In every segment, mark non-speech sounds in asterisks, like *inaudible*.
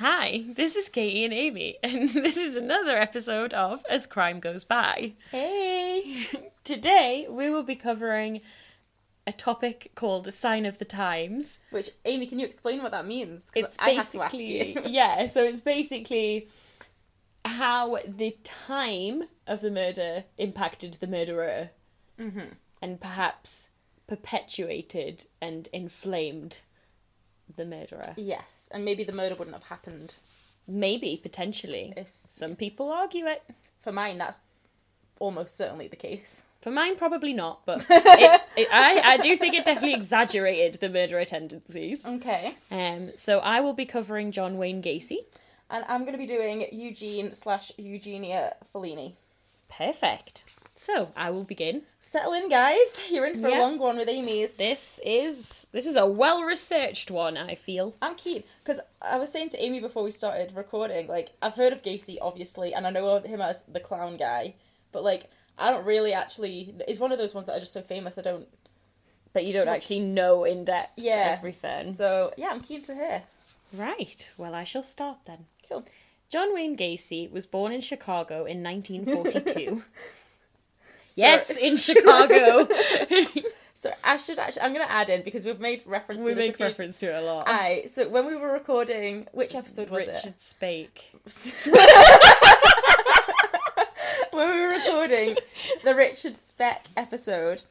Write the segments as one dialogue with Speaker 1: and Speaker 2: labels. Speaker 1: Hi, this is Katie and Amy, *laughs* and this is another episode of As Crime Goes By.
Speaker 2: Hey.
Speaker 1: *laughs* Today, we will be covering a topic called Sign of the Times.
Speaker 2: Which Amy, can you explain what that means? 'Cause
Speaker 1: It's
Speaker 2: I have to ask
Speaker 1: basically,
Speaker 2: you. *laughs*
Speaker 1: yeah, so it's basically how the time of the murder impacted the murderer
Speaker 2: Mm-hmm.
Speaker 1: and perhaps perpetuated and inflamed the murderer.
Speaker 2: Yes, and maybe the murder wouldn't have happened.
Speaker 1: Maybe, potentially.
Speaker 2: If-
Speaker 1: Some people argue it.
Speaker 2: For mine, that's almost certainly the case.
Speaker 1: For mine, probably not,
Speaker 2: *laughs*
Speaker 1: but it, it, I, I do think it definitely exaggerated the murderer tendencies.
Speaker 2: Okay.
Speaker 1: Um, so I will be covering John Wayne Gacy.
Speaker 2: And I'm going to be doing Eugene slash Eugenia Fellini.
Speaker 1: Perfect. So I will begin.
Speaker 2: Settle in, guys. *laughs* You're in for
Speaker 1: Yeah.
Speaker 2: a long one with Amy's.
Speaker 1: This is this is a well researched one. I feel.
Speaker 2: I'm keen because I was saying to Amy before we started recording, like I've heard of Gacy obviously, and I know of him as the clown guy, but like I don't really actually. It's one of those ones that are just so famous. I don't.
Speaker 1: But you don't actually know in depth
Speaker 2: Yeah.
Speaker 1: everything.
Speaker 2: So yeah, I'm keen to hear.
Speaker 1: Right. Well, I shall start then.
Speaker 2: Cool.
Speaker 1: John Wayne Gacy was born in Chicago in 1942.
Speaker 2: *laughs*
Speaker 1: *laughs* yes, in Chicago.
Speaker 2: So I should actually. I'm gonna add in because we've made reference
Speaker 1: we
Speaker 2: to this.
Speaker 1: make reference to it a lot.
Speaker 2: I so when we were recording, which episode Ah, was
Speaker 1: Richard Spake.
Speaker 2: it? *laughs* when we were recording the Richard Speck episode,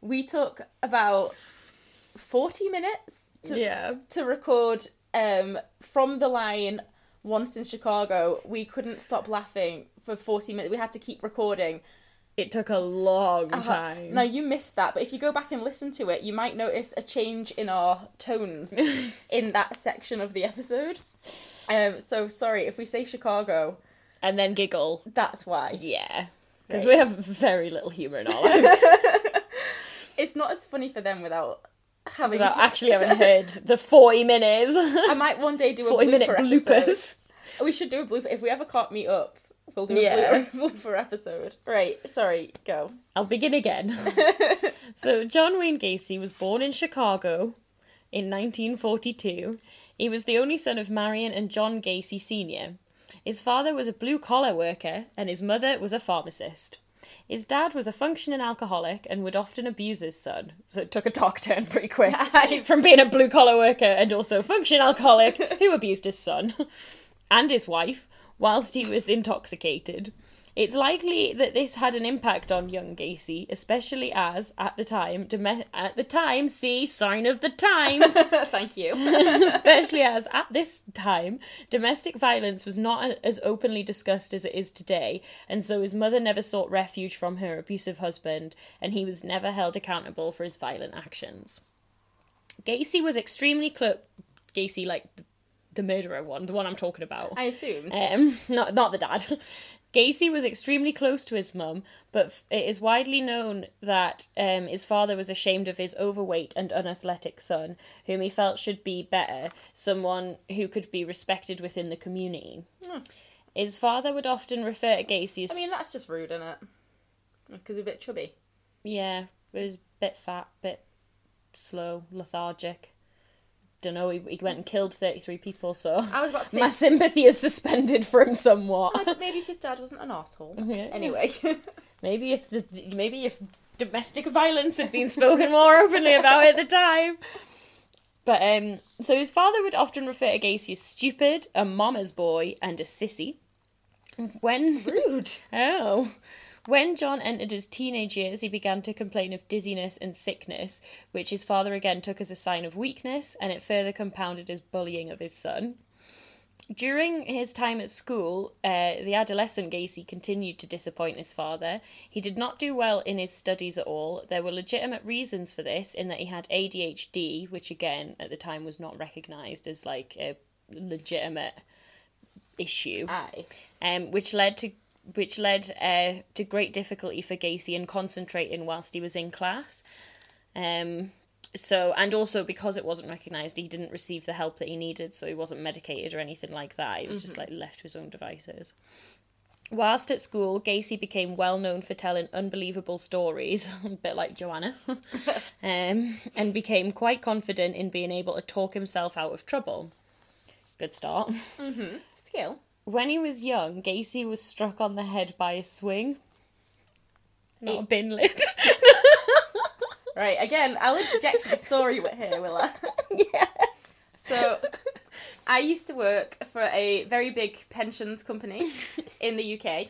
Speaker 2: we took about forty minutes to
Speaker 1: yeah.
Speaker 2: to record um, from the line once in Chicago, we couldn't stop laughing for 40 minutes. We had to keep recording.
Speaker 1: It took a long
Speaker 2: Uh-huh.
Speaker 1: time.
Speaker 2: Now, you missed that, but if you go back and listen to it, you might notice a change in our
Speaker 1: *laughs*
Speaker 2: tones in that section of the episode. Um, so, sorry, if we say Chicago,
Speaker 1: and then giggle.
Speaker 2: that's why.
Speaker 1: Yeah. Because
Speaker 2: Right.
Speaker 1: we have very little humour in our lives
Speaker 2: It's not as funny for them without having.
Speaker 1: without actually having heard the 40 minutes. *laughs*
Speaker 2: I might one day do a
Speaker 1: 40 minute
Speaker 2: blooper episode.
Speaker 1: bloopers.
Speaker 2: We should do a blooper. If we ever can't meet up, we'll do a
Speaker 1: Yeah.
Speaker 2: blooper, *laughs* blooper episode. Right, sorry, go. *laughs*
Speaker 1: I'll begin again. so, John Wayne Gacy was born in Chicago in 1942. He was the only son of Marion and John Gacy Sr. His father was a blue collar worker, and his mother was a pharmacist. His dad was a functioning alcoholic and would often abuse his son. So it took a dark turn pretty quick from being a blue collar worker and also functioning alcoholic who abused his son and his wife whilst he was intoxicated. It's likely that this had an impact on young Gacy, especially as at the time, dome- at the time, see sign of the times, *laughs*
Speaker 2: Thank you.
Speaker 1: especially as at this time, domestic violence was not as openly discussed as it is today, and so his mother never sought refuge from her abusive husband, and he was never held accountable for his violent actions. Gacy was extremely close. Gacy, like the, the murderer one, the one I'm talking about.
Speaker 2: I assumed.
Speaker 1: Um, *laughs* not not the dad. Gacy was extremely close to his mum, but f- it is widely known that um, his father was ashamed of his overweight and unathletic son, whom he felt should be better, someone who could be respected within the community. His father would often refer to Gacy as.
Speaker 2: Hmm. I mean, that's just rude, isn't it? Because we're a bit chubby.
Speaker 1: Yeah, he was a bit fat, bit slow, lethargic. Don't know, he, he went and killed 33 people,
Speaker 2: *laughs*
Speaker 1: so
Speaker 2: I was about to say,
Speaker 1: my sympathy is suspended for him somewhat.
Speaker 2: like, *laughs* maybe if his dad wasn't an asshole.
Speaker 1: *laughs* Yeah.
Speaker 2: Anyway, *laughs*
Speaker 1: Maybe if the maybe if domestic violence had been spoken more openly about at the time. But um, so his father would often refer to Gacy as stupid, a mama's boy, and a sissy. When
Speaker 2: rude.
Speaker 1: oh, when John entered his teenage years, he began to complain of dizziness and sickness, which his father again took as a sign of weakness, and it further compounded his bullying of his son. During his time at school, uh, the adolescent Gacy continued to disappoint his father. He did not do well in his studies at all. There were legitimate reasons for this, in that he had ADHD, which again at the time was not recognised as like a legitimate issue
Speaker 2: Aye.
Speaker 1: um, which led to which led uh, to great difficulty for Gacy in concentrating whilst he was in class. Um, so and also because it wasn't recognised, he didn't receive the help that he needed, so he wasn't medicated or anything like that. He was just like left to his own devices. Whilst at school, Gacy became well known for telling unbelievable stories, *laughs* a bit like Joanna, *laughs* um, and became quite confident in being able to talk himself out of trouble. Good start.
Speaker 2: Skill.
Speaker 1: When he was young, Gacy was struck on the head by a swing. Not a bin lid. *laughs*
Speaker 2: Right, again, I'll interject the story with here, will I?
Speaker 1: *laughs* yeah.
Speaker 2: So, I used to work for a very big pensions company in the UK.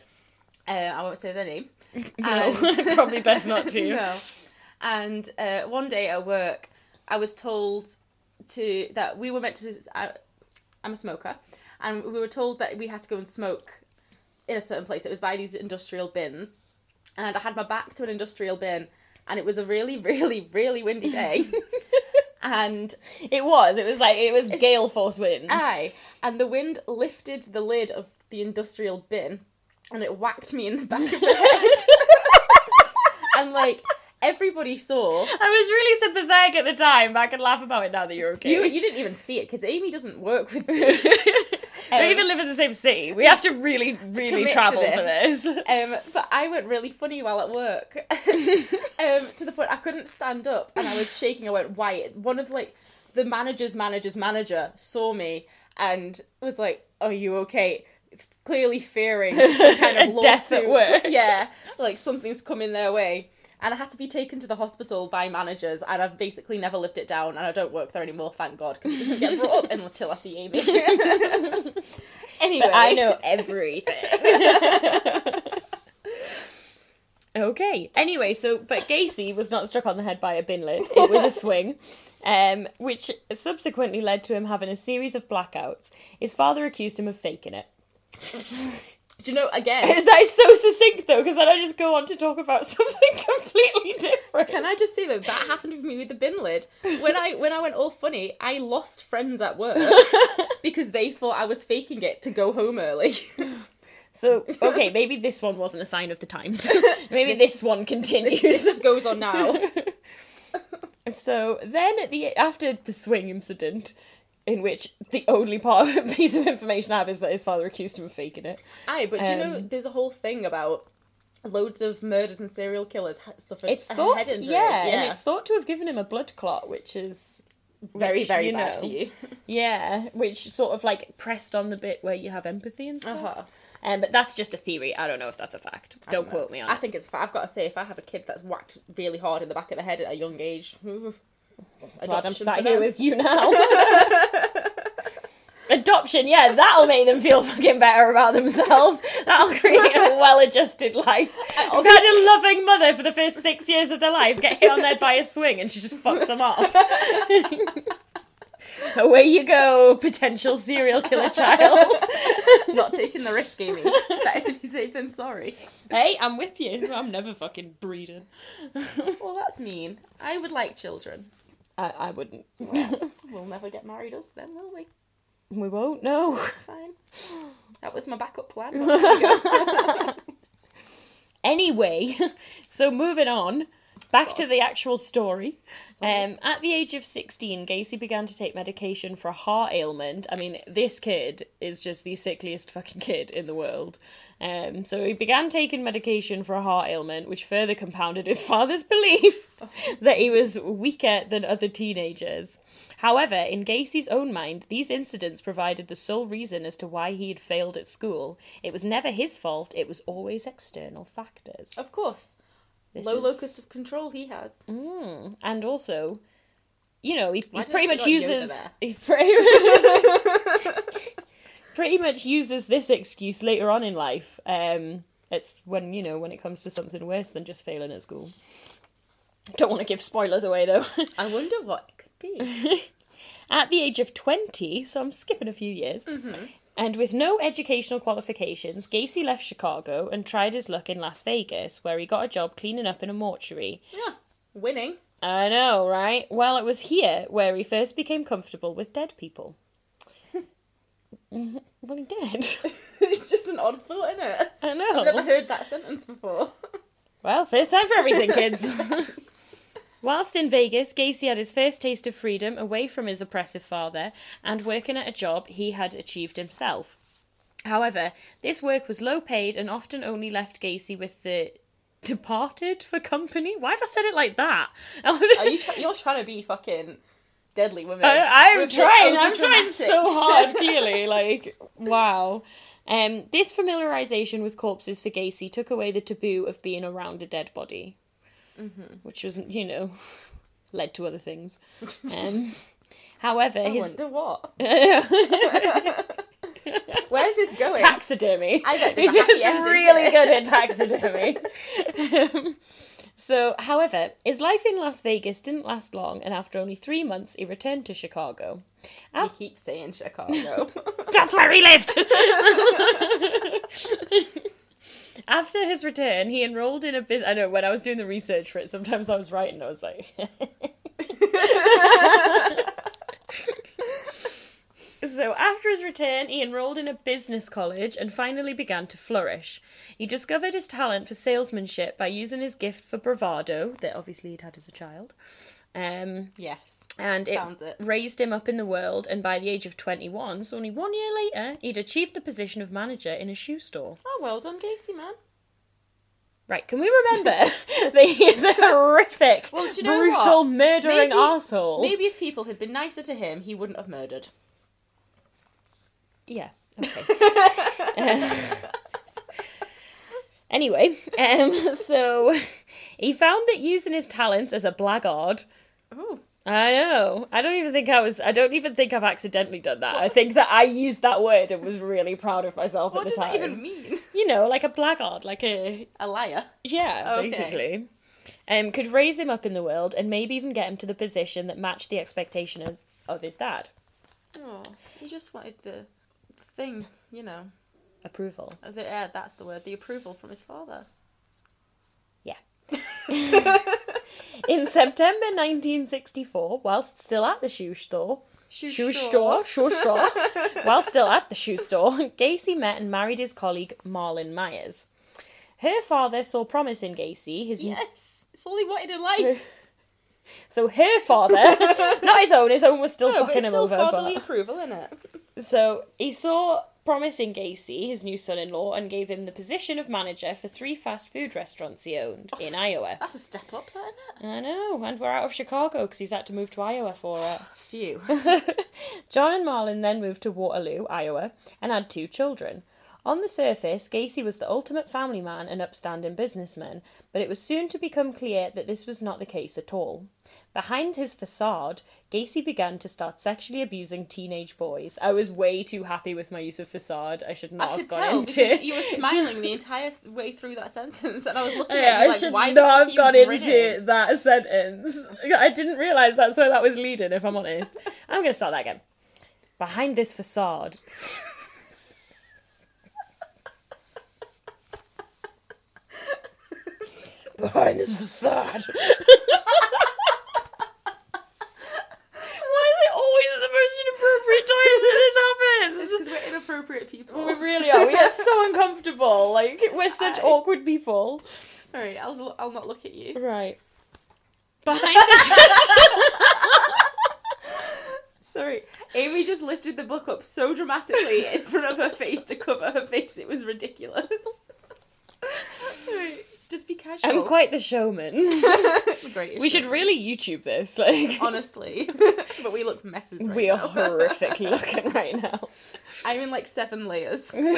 Speaker 2: Uh, I won't say their name.
Speaker 1: *laughs* No, *laughs* probably best
Speaker 2: *laughs*
Speaker 1: not to.
Speaker 2: No. And uh, one day at work, I was told to that we were meant to. I, I'm a smoker, and we were told that we had to go and smoke in a certain place. It was by these industrial bins, and I had my back to an industrial bin, and it was a really, *laughs* really, really windy day. And
Speaker 1: It was. It was like it was gale force winds.
Speaker 2: Aye. And the wind lifted the lid of the industrial bin and it whacked me in the back of the head. and like everybody saw.
Speaker 1: *laughs* I was really sympathetic at the time, but I can laugh about it now that you're okay.
Speaker 2: You, you didn't even see it because Amy doesn't work with me.
Speaker 1: we even live in the same city. We have to *laughs* really, really
Speaker 2: Commit to
Speaker 1: travel for this.
Speaker 2: Um, but I went really funny while at work, *laughs* um, to the point I couldn't stand up and I was shaking. I went white. One of like the manager's manager's manager saw me and was like, "Are you okay?" Clearly fearing some kind of
Speaker 1: A *laughs* death at
Speaker 2: lawsuit.
Speaker 1: work.
Speaker 2: Yeah, like something's coming their way. And I had to be taken to the hospital by managers, and I've basically never lived it down, and I don't work there anymore, thank God, because it doesn't get brought *laughs* up until I see Amy. anyway,
Speaker 1: I know everything. *laughs* okay. Anyway, so but Gacy was not struck on the head by a bin lid. It *laughs* was a swing, um, which subsequently led to him having a series of blackouts. His father accused him of faking it.
Speaker 2: Do you know
Speaker 1: *laughs*
Speaker 2: again?
Speaker 1: That is so succinct though, because then I just go on to talk about *laughs* something completely different.
Speaker 2: Can I just say that that happened with me with the bin lid? When I when I went all funny, I lost friends
Speaker 1: *laughs*
Speaker 2: at work because they thought I was faking it to go home early. *laughs*
Speaker 1: So okay, maybe this one wasn't a sign of the times. *laughs* maybe this one
Speaker 2: this
Speaker 1: continues.
Speaker 2: just goes
Speaker 1: *laughs*
Speaker 2: on now.
Speaker 1: So then, at the after the swing incident, in which the only part piece of *laughs* information I have is that his father accused him of faking it.
Speaker 2: Aye, but do you
Speaker 1: Um,
Speaker 2: know there's a whole thing about loads of murders and serial killers ha- suffered
Speaker 1: It's
Speaker 2: a
Speaker 1: thought,
Speaker 2: head injury.
Speaker 1: yeah, and it's thought to have given him a blood clot, which is
Speaker 2: very
Speaker 1: which,
Speaker 2: very
Speaker 1: you
Speaker 2: bad
Speaker 1: know,
Speaker 2: for you.
Speaker 1: Yeah, which sort of like pressed on the bit where you have empathy and stuff.
Speaker 2: Uh-huh.
Speaker 1: Um, but that's just a theory. I don't know if that's a fact. Don't quote me on
Speaker 2: I
Speaker 1: it.
Speaker 2: think it's. fa- I've got to say, if I have a kid that's whacked really hard in the back of the head at a young age,
Speaker 1: Glad I'm
Speaker 2: adoption
Speaker 1: sat
Speaker 2: for
Speaker 1: here
Speaker 2: them.
Speaker 1: with you *laughs* now. Adoption, yeah, that'll make them feel fucking better about themselves. That'll create *laughs* a well adjusted life. If they had a loving mother for the first six years of their life, get hit on the head by a swing and she just fucks them off. *laughs* Away you go, potential serial killer child.
Speaker 2: *laughs* not taking the risk, Amy. Better to be safe than sorry.
Speaker 1: *laughs* hey, I'm with you. I'm never fucking breeding.
Speaker 2: Well, that's mean. I would like children.
Speaker 1: I, I wouldn't.
Speaker 2: *laughs* We'll never get married us then, will we?
Speaker 1: We won't, no.
Speaker 2: *gasps* Fine. That was my backup plan. but *laughs* there you go.
Speaker 1: Anyway, *laughs* so moving on, back to the actual story.
Speaker 2: Sauce.
Speaker 1: Um, at the age of 16, Gacy began to take medication for a heart ailment. I mean, this kid is just the sickliest fucking kid in the world. Um, so he began taking medication for a heart ailment, which further compounded his father's *laughs* belief that he was weaker than other teenagers. However, in Gacy's own mind, these incidents provided the sole reason as to why he had failed at school. It was never his fault, it was always external factors.
Speaker 2: of course.
Speaker 1: This
Speaker 2: Low
Speaker 1: is-
Speaker 2: locus of control he has.
Speaker 1: and also, you know, he, he
Speaker 2: did I
Speaker 1: pretty
Speaker 2: still
Speaker 1: much
Speaker 2: got yoga
Speaker 1: uses
Speaker 2: there?
Speaker 1: he pretty, *laughs* pretty much uses this excuse later on in life. Um, it's when you know when it comes to something worse than just failing at school. Don't want to give spoilers away though. *laughs*
Speaker 2: I wonder what it could be.
Speaker 1: At the age of 20, so I'm skipping a few years, and with no educational qualifications, Gacy left Chicago and tried his luck in Las Vegas, where he got a job cleaning up in a mortuary.
Speaker 2: *laughs* yeah. Winning. *laughs*
Speaker 1: I know, right? Well, it was here where he first became comfortable with dead people. *laughs* Mhm. well, he did. *laughs*
Speaker 2: it's just an odd thought, isn't it? *laughs*
Speaker 1: I
Speaker 2: I've never
Speaker 1: know.
Speaker 2: heard that sentence before.
Speaker 1: Well, first time for everything, kids. Whilst in Vegas, Gacy had his first taste of freedom away from his oppressive father and working at a job he had achieved himself. However, this work was low paid and often only left Gacy with the departed for company. Why have I said it like that? *laughs*
Speaker 2: Are you? Try- you're trying to be fucking deadly women. *laughs*
Speaker 1: I, I'm
Speaker 2: We're a bit
Speaker 1: trying. I'm trying
Speaker 2: overdramatic.
Speaker 1: so
Speaker 2: *laughs*
Speaker 1: hard. Clearly, like wow. Um, this familiarization with corpses for Gacy took away the taboo of being around a dead body,
Speaker 2: Mm-hmm.
Speaker 1: which was you know *laughs* led to other
Speaker 2: *laughs*
Speaker 1: things. Um, however,
Speaker 2: I
Speaker 1: his
Speaker 2: wonder *laughs* what. Where's this going?
Speaker 1: taxidermy. *laughs*
Speaker 2: I bet
Speaker 1: He's
Speaker 2: there's a happy
Speaker 1: just
Speaker 2: ending
Speaker 1: really
Speaker 2: here.
Speaker 1: good at taxidermy.
Speaker 2: *laughs*
Speaker 1: Um, so, however, his life in Las Vegas didn't last long, and after only three months, he returned to Chicago.
Speaker 2: You keep saying *laughs* Chicago.
Speaker 1: That's where he lived. *laughs* After his return, he enrolled in a business. I know when I was doing the research for it, sometimes I was right and I was like. *laughs* so after his return, he enrolled in a business college and finally began to flourish. He discovered his talent for salesmanship by using his gift for bravado that obviously he'd had as a child. Um,
Speaker 2: yes.
Speaker 1: and it,
Speaker 2: Sounds it.
Speaker 1: raised him up in the world and by the age of 21 so only one year later he'd achieved the position of manager in a shoe store
Speaker 2: Oh, well done, Gacy, man.
Speaker 1: right can we remember *laughs* that he is
Speaker 2: *laughs*
Speaker 1: a horrific
Speaker 2: Well, do you know
Speaker 1: brutal
Speaker 2: what?
Speaker 1: murdering
Speaker 2: Maybe-
Speaker 1: asshole
Speaker 2: Maybe if people had been nicer to him, he wouldn't have murdered.
Speaker 1: yeah
Speaker 2: *laughs*
Speaker 1: okay Um, anyway um, so he found that using his talents as a blackguard
Speaker 2: Ooh.
Speaker 1: I know. I don't even think I was. I don't even think I've accidentally done that. I think that I used that word and was really proud of myself
Speaker 2: What
Speaker 1: at
Speaker 2: does
Speaker 1: the time.
Speaker 2: that even mean? *laughs*
Speaker 1: you know, like a blackguard, like a
Speaker 2: A liar.
Speaker 1: yeah,
Speaker 2: Okay.
Speaker 1: basically. Um, could raise him up in the world and maybe even get him to the position that matched the expectation of, of his dad.
Speaker 2: Oh, he just wanted the thing, you know. uh,
Speaker 1: Approval.
Speaker 2: The, yeah, that's the word. The approval from his father. *laughs*
Speaker 1: Yeah. In September 1964, whilst still at the shoe store,
Speaker 2: Shoe,
Speaker 1: shoe store, shoe
Speaker 2: *laughs*
Speaker 1: store, while still at the shoe store, Gacy met and married his colleague Marlon Myers. Her father saw promise in Gacy, his
Speaker 2: Yes. It's all he wanted in life.
Speaker 1: so her
Speaker 2: *laughs*
Speaker 1: father, not his own, his own was still
Speaker 2: No, but
Speaker 1: fucking
Speaker 2: it's
Speaker 1: him
Speaker 2: still
Speaker 1: over.
Speaker 2: fatherly
Speaker 1: but-
Speaker 2: approval, isn't it?
Speaker 1: So he saw promising Gacy, his new son in law, and gave him the position of manager for three fast food restaurants he owned in Iowa.
Speaker 2: That's a step up, that, isn't it?
Speaker 1: I know, and we're out of Chicago because he's had to move to Iowa for it.
Speaker 2: Phew.
Speaker 1: *laughs* John and Marlon then moved to Waterloo, Iowa, and had two children. On the surface, Gacy was the ultimate family man and upstanding businessman, but it was soon to become clear that this was not the case at all. Behind his facade, Gacy began to start sexually abusing teenage boys. I was way too happy with my use of facade. I should not
Speaker 2: I
Speaker 1: have
Speaker 2: could
Speaker 1: gone
Speaker 2: tell
Speaker 1: into
Speaker 2: because you were smiling the entire way through that sentence, and
Speaker 1: *laughs*
Speaker 2: I was looking
Speaker 1: Yeah,
Speaker 2: at you
Speaker 1: I
Speaker 2: like,
Speaker 1: should
Speaker 2: "Why the fuck
Speaker 1: not
Speaker 2: are
Speaker 1: have
Speaker 2: you
Speaker 1: gone
Speaker 2: *laughs* grinning?"
Speaker 1: into that sentence. I didn't realise that's where that was leading, if I'm honest. *laughs* I'm going to start that again. Behind this facade. Behind this facade. Why is it always at the most inappropriate times that this happens?
Speaker 2: Because we're inappropriate
Speaker 1: *laughs*
Speaker 2: people.
Speaker 1: We really are. We get so uncomfortable. Like, we're such
Speaker 2: I-
Speaker 1: awkward people.
Speaker 2: All right, I'll I'll not look at you.
Speaker 1: Right. Behind *laughs* this.
Speaker 2: Sorry, Amy just lifted the book up so dramatically in front of her face to cover her face. It was ridiculous. All right, just be casual.
Speaker 1: I'm quite the showman.
Speaker 2: Great
Speaker 1: We
Speaker 2: issue.
Speaker 1: should really YouTube this. Like,
Speaker 2: honestly, *laughs* but we look messes right
Speaker 1: we
Speaker 2: now.
Speaker 1: are horrifically looking right now.
Speaker 2: I'm in like seven layers. *laughs*
Speaker 1: I'm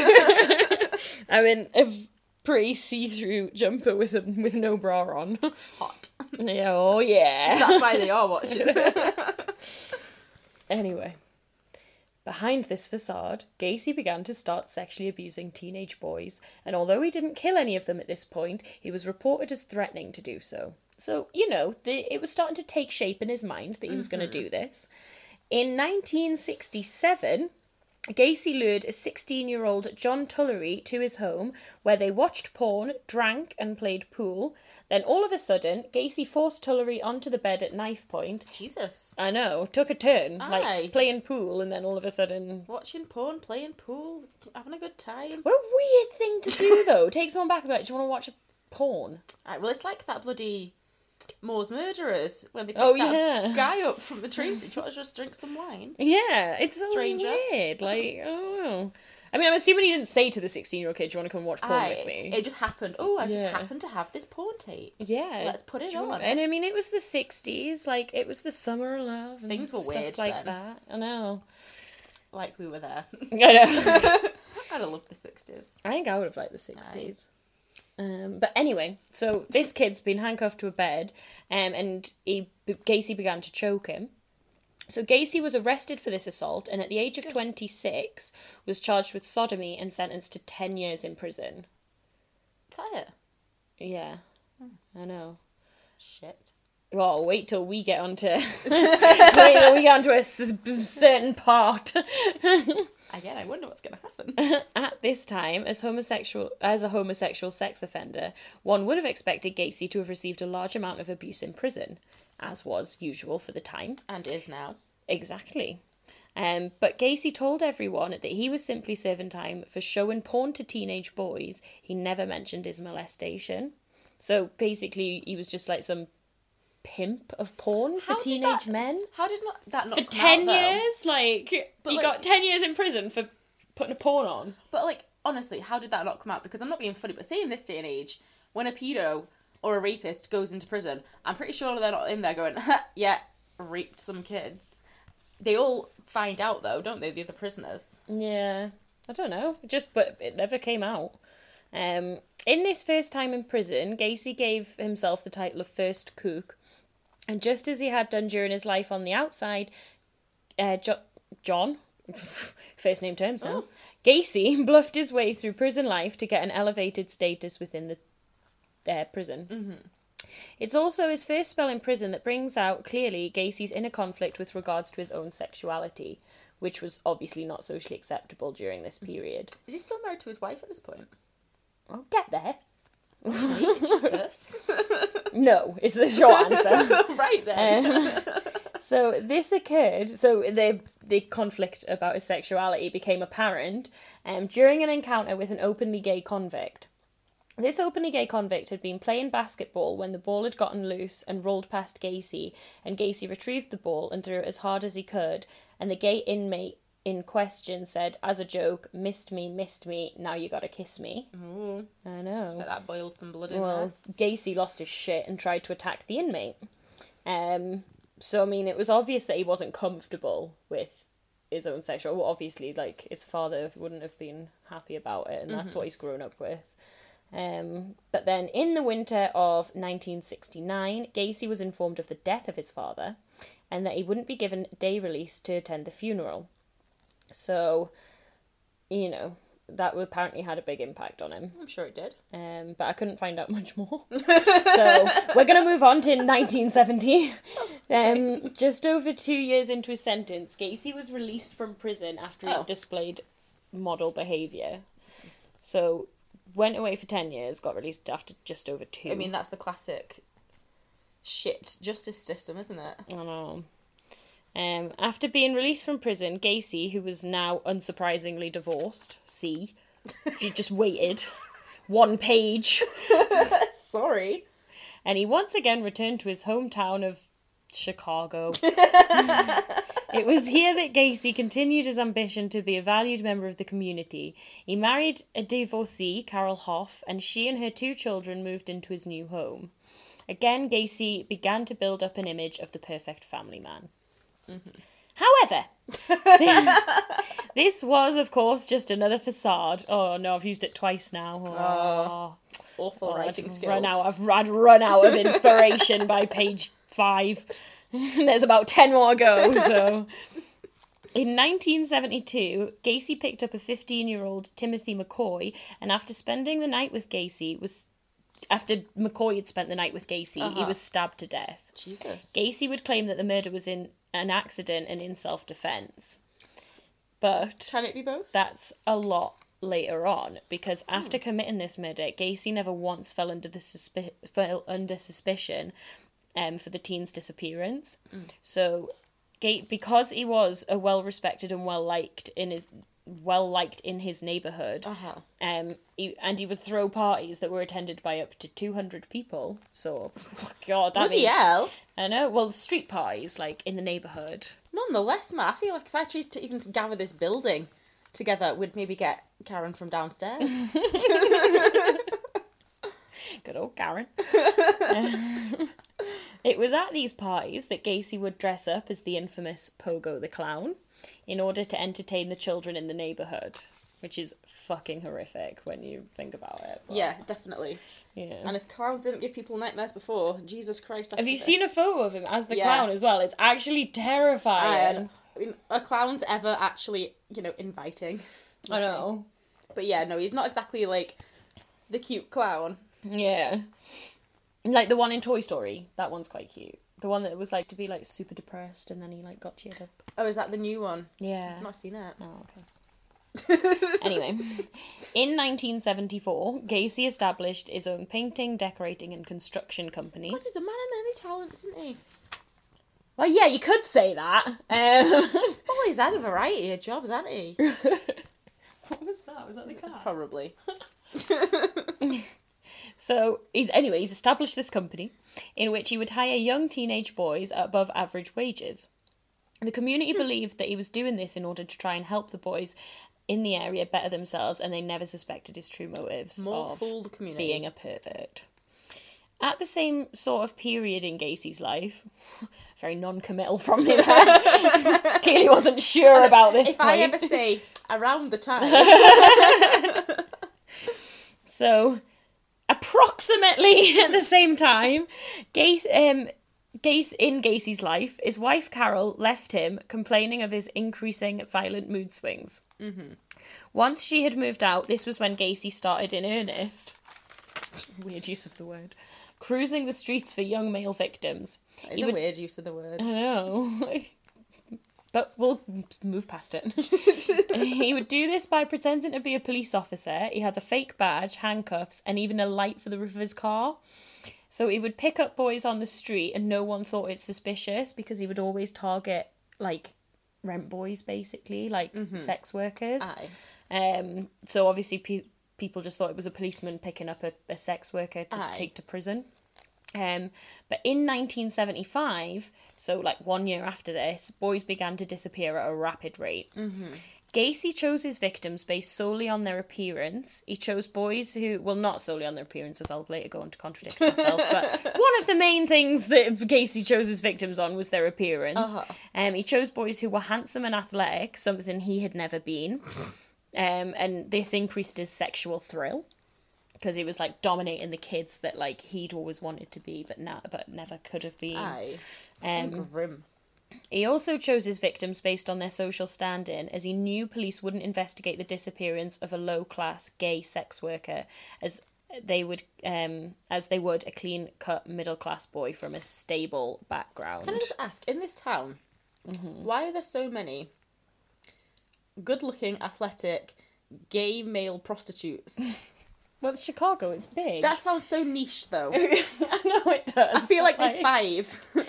Speaker 1: in a v- pretty see-through jumper with a, with no bra on.
Speaker 2: Hot.
Speaker 1: yeah, oh yeah.
Speaker 2: That's why they are watching.
Speaker 1: *laughs* Anyway, behind this facade, Gacy began to start sexually abusing teenage boys, and although he didn't kill any of them at this point, he was reported as threatening to do so. So, you know, the, it was starting to take shape in his mind that he was going to do this. In 1967, Gacy lured a 16 year old John Tullery to his home where they watched porn, drank, and played pool. Then, all of a sudden, Gacy forced Tullery onto the bed at knife point
Speaker 2: Jesus.
Speaker 1: I know. Took a turn,
Speaker 2: Aye.
Speaker 1: like playing pool, and then all of a sudden,
Speaker 2: Watching porn, playing pool, having a good time.
Speaker 1: what a weird thing to
Speaker 2: *laughs*
Speaker 1: do though. Take someone back and be like, "Do you want to watch a porn?"
Speaker 2: Right, well, it's like that bloody Moore's Murderers when they pick
Speaker 1: Oh,
Speaker 2: that
Speaker 1: yeah.
Speaker 2: guy up from the tree. Do you want to just drink some wine?
Speaker 1: Yeah, it's
Speaker 2: Stranger.
Speaker 1: so weird. Like, oh. I mean, I'm assuming he didn't say to the 16 year old kid, Do you want to come and watch porn
Speaker 2: I,
Speaker 1: with me?
Speaker 2: It just happened. Oh, I just
Speaker 1: Yeah.
Speaker 2: happened to have this porn tape.
Speaker 1: yeah.
Speaker 2: let's put it
Speaker 1: Do you-
Speaker 2: on.
Speaker 1: And I mean, it was the 60s. Like, it was the summer of love. and
Speaker 2: Things were
Speaker 1: stuff
Speaker 2: weird
Speaker 1: like
Speaker 2: then.
Speaker 1: that. I know.
Speaker 2: *laughs* Like we were there. *laughs*
Speaker 1: I know.
Speaker 2: I'd have loved the sixties.
Speaker 1: I think I would have liked the 60s. Um, but anyway, so this kid's been handcuffed to a bed, um, and he, Gacy began to choke him. So Gacy was arrested for this assault, and at the age of twenty six, was charged with sodomy and sentenced to ten years in prison.
Speaker 2: Is that it?
Speaker 1: Yeah, I know.
Speaker 2: Shit.
Speaker 1: Well, wait till we get onto *laughs* wait till we get onto a s- certain part.
Speaker 2: Again, I wonder what's gonna *laughs* happen.
Speaker 1: At this time, as homosexual as a homosexual sex offender, one would have expected Gacy to have received a large amount of abuse in prison, as was usual for the time.
Speaker 2: and is now.
Speaker 1: Exactly. Um, but Gacy told everyone that he was simply serving time for showing porn to teenage boys. He never mentioned his molestation. So basically, he was just like some pimp of porn for
Speaker 2: How did
Speaker 1: teenage
Speaker 2: that-
Speaker 1: men.
Speaker 2: How did not that not
Speaker 1: For
Speaker 2: come
Speaker 1: 10
Speaker 2: out, though?
Speaker 1: years? Like,
Speaker 2: But,
Speaker 1: he
Speaker 2: like-
Speaker 1: got 10 years in prison for putting a porn on.
Speaker 2: But like honestly, how did that not come out? Because I'm not being funny, but say in this day and age, when a pedo or a rapist goes into prison, I'm pretty sure they're not in there going, *laughs* "Ha, yeah, raped some kids. They all find out though, don't they? The other prisoners.
Speaker 1: Yeah, I don't know. Just, but it never came out. Um, in this first time in prison, Gacy gave himself the title of First Cook, and just as he had done during his life on the outside, uh, jo- John, *laughs* first name terms now, Gacy *laughs* bluffed his way through prison life to get an elevated status within the uh, prison. It's also his first spell in prison that brings out clearly Gacy's inner conflict with regards to his own sexuality, which was obviously not socially acceptable during this period.
Speaker 2: Is he still married to his wife at this *laughs* point?
Speaker 1: I'll get there.
Speaker 2: Jesus.
Speaker 1: No, is the short answer.
Speaker 2: *laughs* right then.
Speaker 1: so this occurred. So the the conflict about his sexuality became apparent um, during an encounter with an openly gay convict. This openly gay convict had been playing basketball when the ball had gotten loose and rolled past Gacy, and Gacy retrieved the ball and threw it as hard as he could. And the gay inmate in question said, as a joke, "Missed me, missed me. Now you gotta kiss me." I know.
Speaker 2: But that boiled some blood in
Speaker 1: Well,
Speaker 2: her.
Speaker 1: Gacy lost his shit and tried to attack the inmate. Um, so I mean, it was obvious that he wasn't comfortable with his own sexual. Well, obviously, like his father wouldn't have been happy about it, and that's what he's grown up with. Um, but then in the winter of 1969, Gacy was informed of the death of his father and that he wouldn't be given day release to attend the funeral. So, you know, that apparently had a big impact on him
Speaker 2: I'm sure it did.
Speaker 1: um, but I couldn't find out *laughs* much
Speaker 2: *laughs*
Speaker 1: more. so we're going to move on to 1970. Um, just over two years into his sentence, Gacy was released from prison after he
Speaker 2: Oh.
Speaker 1: displayed model behaviour. So went away for 10 years, got released after just over two.
Speaker 2: I mean, that's the classic shit justice system, isn't it?
Speaker 1: I know. Um, after being released from prison, Gacy, who was now unsurprisingly divorced, see, if you just waited, one page.
Speaker 2: Sorry.
Speaker 1: and he once again returned to his hometown of Chicago. it was here that Gacy continued his ambition to be a valued member of the community. He married a divorcee, Carol Hoff, and she and her two children moved into his new home. Again, Gacy began to build up an image of the perfect family man. However, this was, of course, just another facade. Oh no, I've used it twice now. Oh.
Speaker 2: Awful
Speaker 1: Oh,
Speaker 2: writing
Speaker 1: I'd
Speaker 2: skills.
Speaker 1: run out. I've I'd run out of inspiration by page five. *laughs* There's about ten more to go. So, in 1972, Gacy picked up a 15-year-old Timothy McCoy, and after spending the night with Gacy, was after McCoy had spent the night with Gacy, he was stabbed to death.
Speaker 2: Jesus.
Speaker 1: Gacy would claim that the murder was in an accident and in self-defense, but
Speaker 2: Can it be both?
Speaker 1: that's a lot later on because
Speaker 2: Hmm.
Speaker 1: after committing this murder, Gacy never once fell under the suspi- fell under suspicion um, for the teen's disappearance.
Speaker 2: Hmm.
Speaker 1: So, Gate because he was a well respected and well liked in his well liked in his neighborhood.
Speaker 2: Uh-huh.
Speaker 1: Um, he, and he would throw parties that were attended by up to two hundred people. So, *laughs* God, that
Speaker 2: Bloody
Speaker 1: is,
Speaker 2: hell.
Speaker 1: I know. Well, street parties like in the neighborhood.
Speaker 2: Nonetheless, Matt, I feel like if I tried to even gather this building, together, we'd maybe get Karen from downstairs.
Speaker 1: *laughs* Good old
Speaker 2: *laughs*
Speaker 1: Karen. *laughs* it was at these parties that Gacy would dress up as the infamous Pogo the Clown in order to entertain the children in the neighbourhood, which is fucking horrific when you think about it. but-
Speaker 2: yeah, definitely.
Speaker 1: Yeah.
Speaker 2: And if clowns didn't give people nightmares before, Jesus Christ.
Speaker 1: Have you seen a photo of him as the
Speaker 2: Yeah.
Speaker 1: clown as well? It's actually terrifying.
Speaker 2: And, I mean, are clowns ever actually, you know, inviting? *laughs*
Speaker 1: I know.
Speaker 2: But yeah, no, he's not exactly like the cute clown.
Speaker 1: Yeah. Like the one in Toy Story. That one's quite cute. The one that was like to be like super depressed and then he like got cheered up.
Speaker 2: Oh, is that the new one?
Speaker 1: Yeah.
Speaker 2: Not seen it.
Speaker 1: Oh, okay. anyway, in 1974, Gacy established his own painting, decorating, and construction company.
Speaker 2: What is a man of many talents, isn't he?
Speaker 1: Well, yeah, you could say that. Um,
Speaker 2: Oh, he's had a variety of jobs, hasn't *laughs* he?
Speaker 1: *laughs* what was that? Was that the cat?
Speaker 2: Ah. Probably.
Speaker 1: So he's anyway, he's established this company in which he would hire young teenage boys at above average wages. The community believed that he was doing this in order to try and help the boys in the area better themselves, and they never suspected his true motives
Speaker 2: More
Speaker 1: of
Speaker 2: fool the community.
Speaker 1: being a pervert. At the same sort of period in Gacy's life, *laughs* very non-committal from me
Speaker 2: *laughs*
Speaker 1: there. Clearly wasn't sure about this.
Speaker 2: if I
Speaker 1: point.
Speaker 2: ever *laughs* say around the *laughs* time,
Speaker 1: So, approximately *laughs* at the same time, Gace, um, Gace in Gacy's life, his wife Carol left him, complaining of his increasing violent mood swings. Mm-hmm. Once she had moved out, this was when Gacy started in earnest. Weird use of the word. Cruising the streets for young male victims.
Speaker 2: it's
Speaker 1: He
Speaker 2: a
Speaker 1: would-
Speaker 2: weird use of the *laughs* word.
Speaker 1: I know. *laughs* But we'll move past it. he would do this by pretending to be a police officer. He had a fake badge, handcuffs, and even a light for the roof of his car. So he would pick up boys on the street, and no one thought it suspicious because he would always target like rent boys, basically, like sex workers.
Speaker 2: Aye.
Speaker 1: Um. So obviously, pe- people just thought it was a policeman picking up a, a sex worker to
Speaker 2: Aye.
Speaker 1: take to prison. Um, but in 1975, so like one year after this, boys began to disappear at a rapid rate. Gacy chose his victims based solely on their appearance. He chose boys who, well, not solely on their appearance, as I'll later go on to contradict myself, but one of the main things that Gacy chose his victims on was their appearance.
Speaker 2: Uh-huh.
Speaker 1: Um, he chose boys who were handsome and athletic, something he had never been. Um, and this increased his sexual thrill because he was like dominating the kids that like he'd always wanted to be, but now but never could have been.
Speaker 2: Aye.
Speaker 1: Um,
Speaker 2: Grim.
Speaker 1: he also chose his victims based on their social standing, as he knew police wouldn't investigate the disappearance of a low class gay sex worker, as they would um, as they would a clean cut middle class boy from a stable background.
Speaker 2: Can I just ask, in this town, why are there so many good looking, athletic, gay male *laughs* prostitutes?
Speaker 1: Well, it's Chicago, it's big.
Speaker 2: that sounds so niche *laughs* though. I
Speaker 1: *laughs* I know it does. I
Speaker 2: feel like there's five.
Speaker 1: They're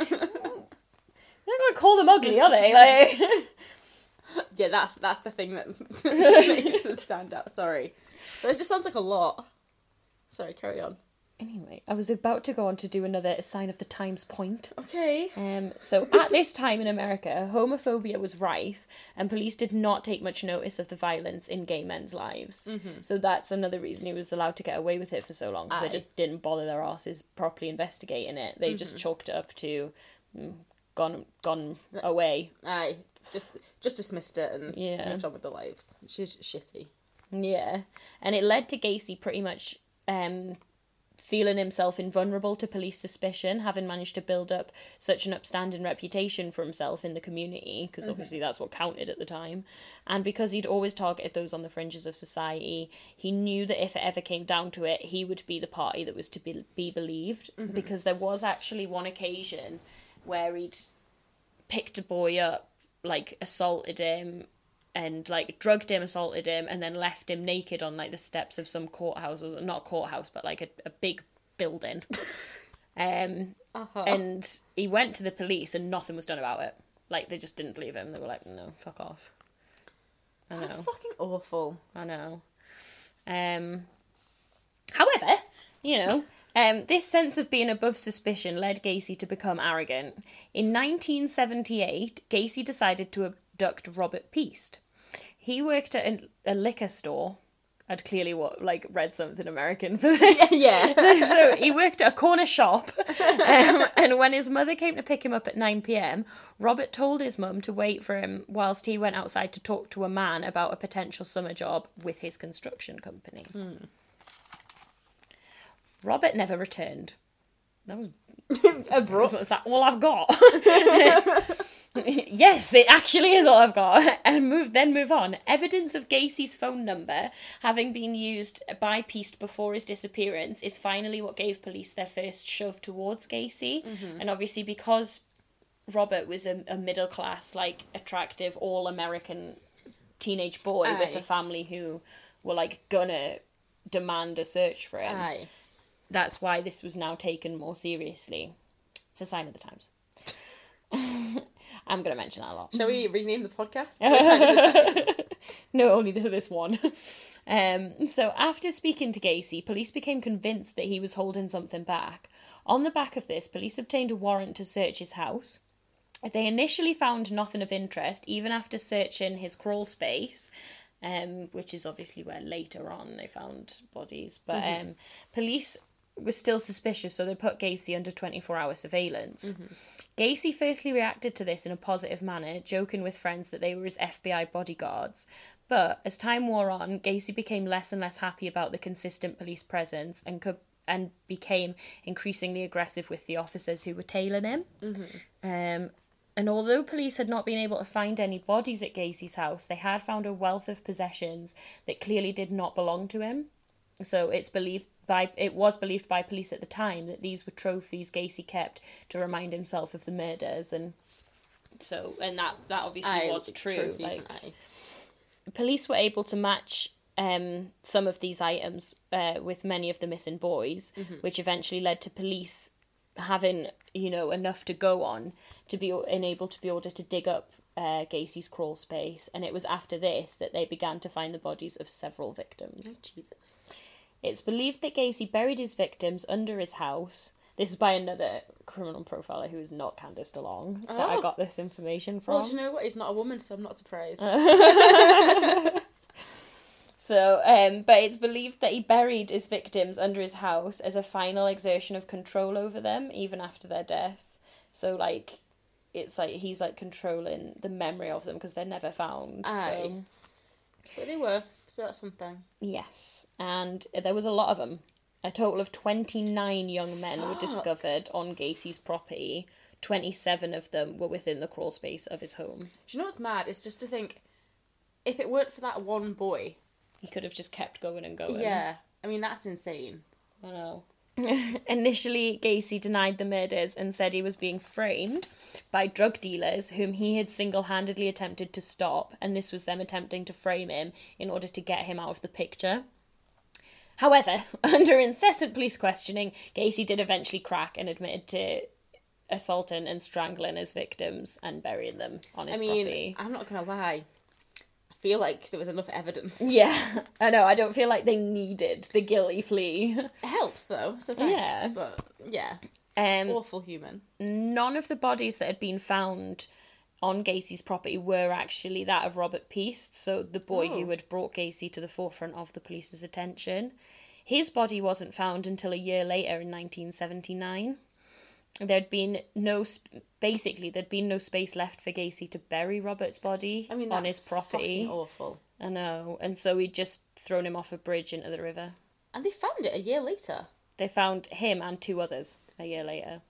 Speaker 1: not gonna call them ugly, are they? Like.
Speaker 2: *laughs*
Speaker 1: *laughs*
Speaker 2: yeah, that's that's the thing that *laughs* makes them stand out, sorry. But it just sounds like a lot. Sorry, carry on.
Speaker 1: Anyway, I was about to go on to do another sign of the times point.
Speaker 2: Okay.
Speaker 1: Um, so at this time in America, homophobia was rife, and police did not take much notice of the violence in gay men's lives. So that's another reason he was allowed to get away with it for so long. 'cause
Speaker 2: Aye.
Speaker 1: they just didn't bother their asses properly investigating it. They just chalked it up to mm, gone gone away.
Speaker 2: Aye. Just just dismissed it and
Speaker 1: Yeah.
Speaker 2: moved on with their lives. She's shitty.
Speaker 1: Yeah, and it led to Gacy pretty much um, feeling himself invulnerable to police suspicion, having managed to build up such an upstanding reputation for himself in the community, because obviously that's what counted at the time. And because he'd always targeted those on the fringes of society, he knew that if it ever came down to it, he would be the party that was to be, be believed, because there was actually one occasion where he'd picked a boy up, like assaulted him, and like drugged him, assaulted him, and then left him naked on like the steps of some courthouse, or not courthouse, but like a, a big building. um,
Speaker 2: Uh-huh.
Speaker 1: and he went to the police, and nothing was done about it. Like they just didn't believe him. They were like, "No, fuck off." I know.
Speaker 2: That's fucking
Speaker 1: *laughs*
Speaker 2: awful.
Speaker 1: I know. Um, however, you know, um, this sense of being above suspicion led Gacy to become arrogant. In 1978, Gacy decided to abduct Robert Peast. He worked at a, a liquor store. I'd clearly what like read something American for this.
Speaker 2: Yeah.
Speaker 1: *laughs* so he worked at a corner shop, um, and when his mother came to pick him up at nine p.m., Robert told his mum to wait for him whilst he went outside to talk to a man about a potential summer job with his construction company. Robert never returned. That was
Speaker 2: Abrupt.
Speaker 1: was that all I've got? *laughs* yes, it actually is all I've got. *laughs* And move then move on. Evidence of Gacy's phone number having been used by Peast before his disappearance is finally what gave police their first shove towards Gacy.
Speaker 2: Mm-hmm.
Speaker 1: And obviously because Robert was a, a middle class, like attractive, all American teenage boy with
Speaker 2: Aye.
Speaker 1: a family who were like gonna demand a search for him.
Speaker 2: Aye.
Speaker 1: That's why this was now taken more seriously. It's a sign of the times. *laughs* I'm going to mention that a lot.
Speaker 2: Shall we rename
Speaker 1: *laughs*
Speaker 2: the podcast? to a sign of the time?
Speaker 1: No, only this, this one. *laughs* Um, so, after speaking to Gacy, police became convinced that he was holding something back. On the back of this, police obtained a warrant to search his house. They initially found nothing of interest, even after searching his crawl space, um, which is obviously where later on they found bodies. But um, police were still suspicious, so they put Gacy under 24 hour surveillance. Gacy firstly reacted to this in a positive manner, joking with friends that they were his FBI bodyguards. But as time wore on, Gacy became less and less happy about the consistent police presence and could and became increasingly aggressive with the officers who were tailing him. Um, and although police had not been able to find any bodies at Gacy's house, they had found a wealth of possessions that clearly did not belong to him. So it's believed by it was believed by police at the time that these were trophies Gacy kept to remind himself of the murders and so and that that obviously
Speaker 2: Aye,
Speaker 1: was true.
Speaker 2: trophies,
Speaker 1: like, oh,
Speaker 2: aye.
Speaker 1: police were able to match um, some of these items uh, with many of the missing boys,
Speaker 2: Mm-hmm.
Speaker 1: which eventually led to police having you know enough to go on to be enabled to be ordered to dig up uh, Gacy's crawl space, and it was after this that they began to find the bodies of several
Speaker 2: Mm-hmm.
Speaker 1: victims.
Speaker 2: Jesus.
Speaker 1: It's believed that Gacy buried his victims under his house. This is by another criminal profiler who is not Candice DeLong that I
Speaker 2: Oh.
Speaker 1: got this information from.
Speaker 2: Well, do you know what? He's not a woman, so I'm not surprised.
Speaker 1: Uh-huh. So, um, but it's believed that he buried his victims under his house as a final exertion of control over them, even after their death. So, like, it's like he's like controlling the memory of them because they're never found.
Speaker 2: Aye.
Speaker 1: So,
Speaker 2: but they were, so that's something.
Speaker 1: yes, and there was a lot of them. A total of twenty nine young men were
Speaker 2: Fuck.
Speaker 1: discovered on Gacy's property. Twenty seven of them were within the crawl space of his home.
Speaker 2: Do you know what's mad? It's just to think, if it weren't for that one boy,
Speaker 1: He could have just kept going and going.
Speaker 2: yeah. I mean, that's insane.
Speaker 1: I know. *laughs* Initially, Gacy denied the murders and said he was being framed by drug dealers whom he had single handedly attempted to stop, and this was them attempting to frame him in order to get him out of the picture. However, *laughs* under incessant police questioning, Gacy did eventually crack and admitted to assaulting and strangling his victims and burying them on his
Speaker 2: I mean, *laughs*
Speaker 1: property.
Speaker 2: I'm not going to lie. I feel like there was enough evidence.
Speaker 1: Yeah, I know. I don't feel like they needed the guilty plea.
Speaker 2: It helps, though, so thanks.
Speaker 1: Yeah.
Speaker 2: But yeah,
Speaker 1: Um,
Speaker 2: awful human.
Speaker 1: none of the bodies that had been found on Gacy's property were actually that of Robert Peast, so the boy who
Speaker 2: Oh.
Speaker 1: had brought Gacy to the forefront of the police's attention. His body wasn't found until a year later in 1979. There'd been no, sp- basically, there'd been no space left for Gacy to bury Robert's body
Speaker 2: I mean, that's
Speaker 1: on his property.
Speaker 2: fucking awful.
Speaker 1: I know, and so he'd just thrown him off a bridge into the river.
Speaker 2: And they found it a year later.
Speaker 1: They found him and two others a year later.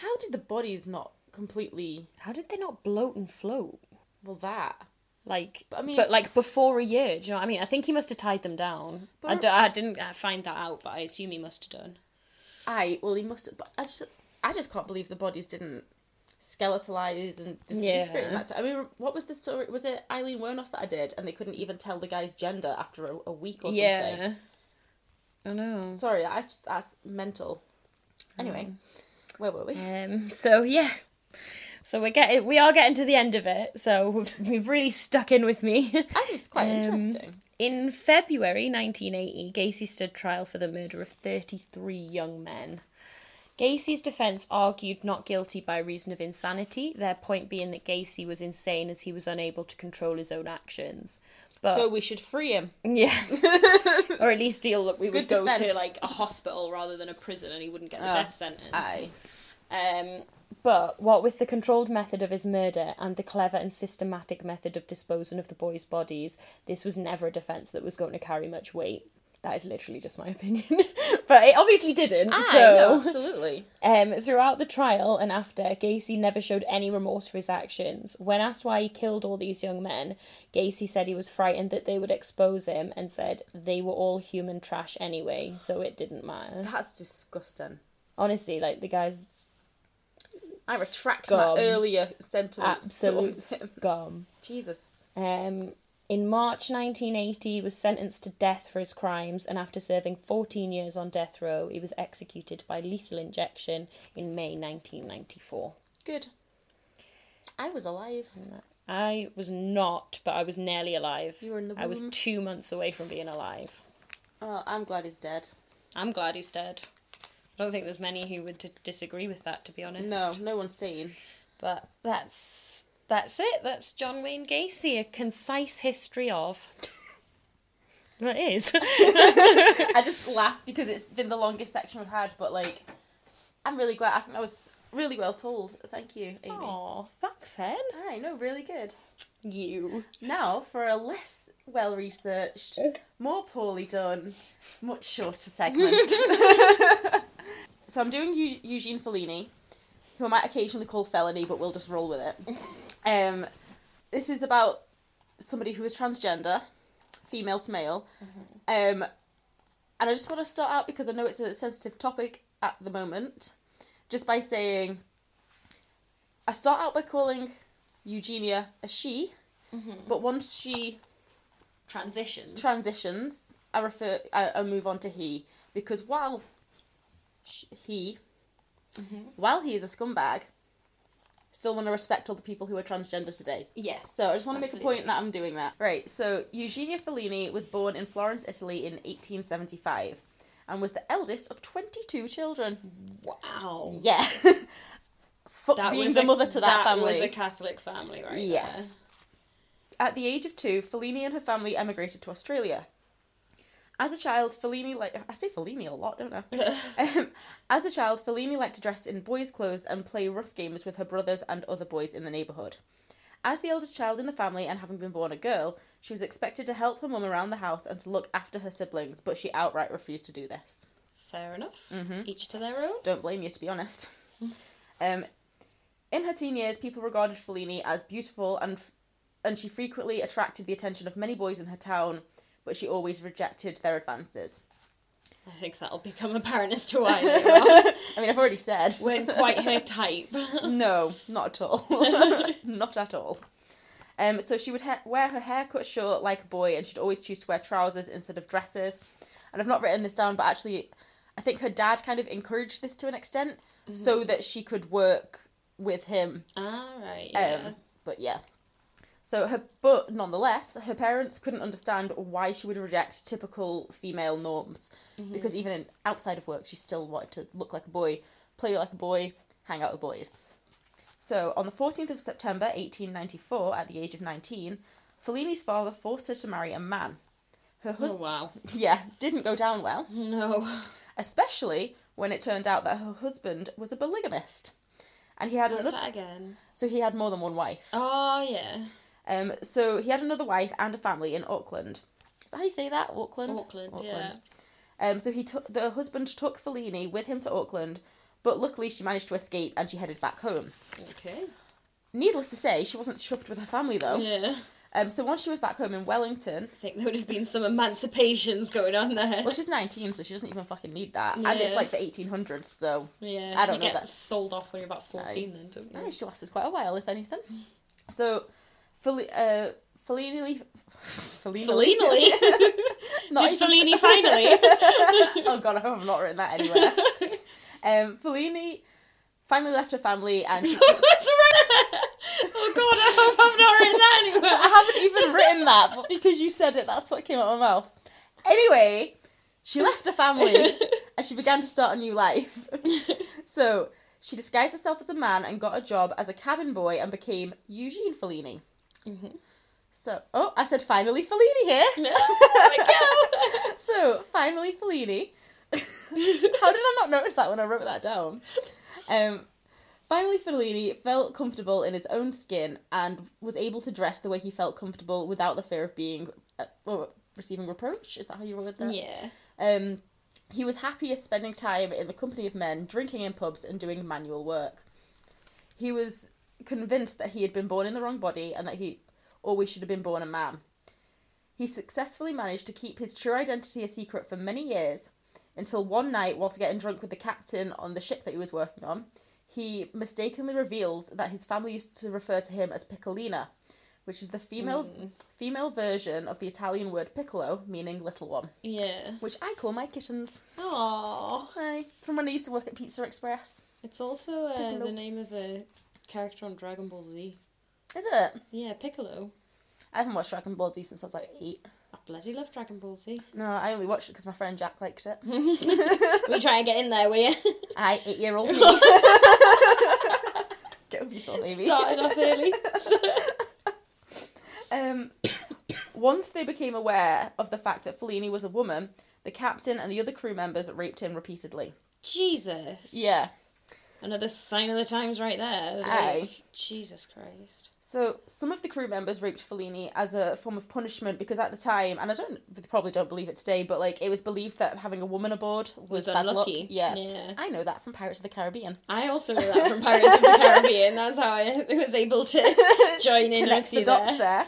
Speaker 2: How did the bodies not completely.
Speaker 1: How did they not bloat and float?
Speaker 2: Well, that.
Speaker 1: Like, but,
Speaker 2: But, I mean-
Speaker 1: like before a year, do you know what I mean? I think he must have tied them down. I,
Speaker 2: But-
Speaker 1: d- I didn't uh, find that out, but I assume he must have done.
Speaker 2: I well, he must. But I just, I just can't believe the bodies didn't skeletalize and
Speaker 1: Yeah.
Speaker 2: disintegrate. That I mean, what was the story? Was it Eileen Wernos that I did, and they couldn't even tell the guy's gender after a, a week or something?
Speaker 1: I know.
Speaker 2: Sorry, that's that's mental. Anyway, where were we?
Speaker 1: Um, so yeah, so we're getting we are getting to the end of it. So *laughs* we've, we've really stuck in with me. *laughs*
Speaker 2: I think it's
Speaker 1: Um,
Speaker 2: quite interesting.
Speaker 1: In February 1980, Gacy stood trial for the murder of 33 young men. Gacy's defense argued not guilty by reason of insanity, their point being that Gacy was insane as he was unable to control his own actions. But
Speaker 2: So we should free him.
Speaker 1: *laughs*
Speaker 2: *laughs*
Speaker 1: yeah. or at least deal that we would
Speaker 2: Good
Speaker 1: go to
Speaker 2: defense.
Speaker 1: like a hospital rather than a prison and he wouldn't get the
Speaker 2: Oh,
Speaker 1: death sentence.
Speaker 2: Aye.
Speaker 1: Um, but what with the controlled method of his murder and the clever and systematic method of disposing of the boys' bodies, this was never a defence that was going to carry much weight. That is literally just my *laughs* opinion. but it obviously didn't.
Speaker 2: Aye, no,
Speaker 1: so
Speaker 2: absolutely.
Speaker 1: *laughs* um, throughout the trial and after, Gacy never showed any remorse for his actions. When asked why he killed all these young men, Gacy said he was frightened that they would expose him and said they were all human trash anyway, so it didn't matter.
Speaker 2: That's disgusting.
Speaker 1: Honestly, like the guy's
Speaker 2: I retract
Speaker 1: Scum.
Speaker 2: my earlier sentiments *laughs*
Speaker 1: absolute
Speaker 2: towards him.
Speaker 1: scum.
Speaker 2: Jesus.
Speaker 1: Um, in March 1980, he was sentenced to death for his crimes, and after serving 14 years on death row, he was executed by lethal injection in May 1994.
Speaker 2: Good. I was alive.
Speaker 1: I was not, but I was nearly alive.
Speaker 2: You were in the
Speaker 1: I was
Speaker 2: womb.
Speaker 1: two months away from being alive.
Speaker 2: Oh, I'm glad he's dead.
Speaker 1: I'm glad he's dead. I don't think there's many who would d- disagree with that, to be honest.
Speaker 2: No, no one's seen.
Speaker 1: But that's that's it. That's John Wayne Gacy, a concise history
Speaker 2: *laughs*
Speaker 1: of. that is.
Speaker 2: I just laugh because it's been the longest section we've had, but like, I'm really glad. I think I was really well told. Thank you,
Speaker 1: *laughs*
Speaker 2: Amy.
Speaker 1: Oh, thanks, Hen.
Speaker 2: I know, really good.
Speaker 1: You.
Speaker 2: Now for a less
Speaker 1: *laughs*
Speaker 2: well researched, more poorly done, much shorter segment. *laughs* so I'm doing Eu- Eugene Fellini, who I might occasionally call Felony, but we'll just roll with it. Um, this is about somebody who is transgender, female to male. Um, and I just want to start out because I know it's a sensitive topic at the moment, just by saying I start out by calling Eugenia a she, but once she
Speaker 1: Transitions.
Speaker 2: transitions, I refer, I, I move on to he because while sh- he,
Speaker 1: Mm-hmm.
Speaker 2: while he is a scumbag, still want to respect all the people who are transgender today.
Speaker 1: yes.
Speaker 2: So I just want to make a
Speaker 1: Absolutely.
Speaker 2: point that I'm doing that. Right. So Eugenia Fellini was born in Florence, Italy, in 1875, and was the eldest of 22
Speaker 1: Mm-hmm.
Speaker 2: children.
Speaker 1: Wow.
Speaker 2: Yeah. *laughs* Fuck being the mother to that, family.
Speaker 1: was a Catholic family, right?
Speaker 2: Yes. At the age of two, Fellini and her family emigrated to Australia. As a child, Fellini like I say Fellini a lot, don't I? um, as a child, Fellini liked to dress in boys' clothes and play rough games with her brothers and other boys in the neighbourhood. As the eldest child in the family and having been born a girl, she was expected to help her mum around the house and to look after her siblings, but she outright refused to do this.
Speaker 1: Fair enough. Each to their own.
Speaker 2: Don't blame you, to be honest. Um, in her teen years, people regarded Fellini as beautiful, and f- and she frequently attracted the attention of many boys in her town, but she always rejected their advances.
Speaker 1: I think *laughs* that'll become apparent as to *laughs* why they are.
Speaker 2: I mean, I've already said.
Speaker 1: weren't quite her *laughs* type.
Speaker 2: *laughs* no, not at all. not at all. Um, so she would ha- wear her hair cut short like a boy, and she'd always choose to wear trousers instead of dresses. And I've not written this down, but actually, I think her dad kind of encouraged this to an extent, so that she could work with him
Speaker 1: All right.
Speaker 2: Um,
Speaker 1: Yeah.
Speaker 2: But yeah. So her, but nonetheless, her parents couldn't understand why she would reject typical female norms,
Speaker 1: Mm-hmm.
Speaker 2: because even in, outside of work, she still wanted to look like a boy, play like a boy, hang out with boys. So on the fourteenth of September, eighteen ninety four, at the age of nineteen, Fellini's father forced her to marry a man. Her
Speaker 1: oh Mm-hmm.
Speaker 2: husband,
Speaker 1: wow.
Speaker 2: *laughs* yeah, didn't go down well
Speaker 1: *laughs* No.
Speaker 2: especially when it turned out that her husband was a polygamist. And he had
Speaker 1: What's
Speaker 2: another,
Speaker 1: that again?
Speaker 2: so he had more than one wife.
Speaker 1: Oh yeah.
Speaker 2: Um, so he had another wife and a family in Auckland. Is that how you say that? Auckland.
Speaker 1: Auckland. Yeah.
Speaker 2: Um, so he took the husband took Fellini with him to Auckland, but luckily she managed to escape and she headed back home.
Speaker 1: Okay.
Speaker 2: Needless to say, she wasn't chuffed with her family though.
Speaker 1: Yeah.
Speaker 2: Um, so once she was back home in Wellington,
Speaker 1: I think there would have been some emancipations going on there.
Speaker 2: well, she's nineteen, so she doesn't even fucking need that, and it's
Speaker 1: Yeah.
Speaker 2: like the eighteen hundreds, so
Speaker 1: Yeah.
Speaker 2: I don't
Speaker 1: you
Speaker 2: know
Speaker 1: get
Speaker 2: that-
Speaker 1: sold off when you're about fourteen, then, don't you?
Speaker 2: Yeah, she lasted quite a while, if anything. So, Fel- uh, Fellini, *laughs*
Speaker 1: *laughs*
Speaker 2: Fellini,
Speaker 1: Fellini.
Speaker 2: *laughs* not
Speaker 1: Did
Speaker 2: even- *laughs*
Speaker 1: Fellini finally?
Speaker 2: oh god, I hope I've not written that anywhere.
Speaker 1: *laughs*
Speaker 2: um, Fellini finally left her family, and *laughs* she-
Speaker 1: What's wrong? Oh god, I hope I've not written that anywhere.
Speaker 2: I haven't even written that, but because you said it, that's what came out of my mouth.
Speaker 1: *laughs*
Speaker 2: Anyway, she left her family and she began to start a new life. So she disguised herself as a man and got a job as a cabin boy and became Eugene Fellini. So, oh, I said finally Fellini here.
Speaker 1: *laughs* No, I *laughs*
Speaker 2: so, finally Fellini. *laughs*
Speaker 1: go.
Speaker 2: How did I not notice that when I wrote that down? Um, finally, Fellini felt comfortable in his own skin and was able to dress the way he felt comfortable without the fear of being uh, or receiving reproach. Is that how you wrote that?
Speaker 1: yeah.
Speaker 2: Um, he was happiest spending time in the company of men, drinking in pubs, and doing manual work. He was convinced that he had been born in the wrong body and that he always should have been born a man. He successfully managed to keep his true identity a secret for many years until one night, whilst getting drunk with the captain on the ship that he was working on, he mistakenly revealed that his family used to refer to him as Piccolina, which is the female female version of the Italian word piccolo, meaning little one
Speaker 1: Yeah.
Speaker 2: which I call my kittens.
Speaker 1: Aww.
Speaker 2: Hi. From when I used to work at Pizza Express.
Speaker 1: It's also uh,
Speaker 2: Piccolo.
Speaker 1: the name of a character on Dragon Ball Z.
Speaker 2: Is it?
Speaker 1: Yeah, Piccolo.
Speaker 2: I haven't watched Dragon Ball Z since I was like eight.
Speaker 1: I bloody love Dragon Ball Z.
Speaker 2: No, I only watched it because my friend Jack liked it.
Speaker 1: we try and get in there, *laughs* we
Speaker 2: I, eight year old me. Get over yourself, baby.
Speaker 1: started off early.
Speaker 2: Um, once they became aware of the fact that Fellini was a woman, the captain and the other crew members raped him repeatedly.
Speaker 1: Jesus.
Speaker 2: Yeah.
Speaker 1: Another sign of the times right there. Like,
Speaker 2: Aye.
Speaker 1: Jesus Christ.
Speaker 2: So some of the crew members raped Fellini as a form of punishment because at the time, and I don't they probably don't believe it today, but like it was believed that having a woman aboard was,
Speaker 1: Was
Speaker 2: bad luck.
Speaker 1: unlucky.
Speaker 2: Yeah.
Speaker 1: Yeah.
Speaker 2: I know that from Pirates of the Caribbean.
Speaker 1: I also know that from Pirates of the Caribbean. That's how I *laughs* was able
Speaker 2: *laughs*
Speaker 1: to join in
Speaker 2: Connect
Speaker 1: with you
Speaker 2: the dots
Speaker 1: there.
Speaker 2: there.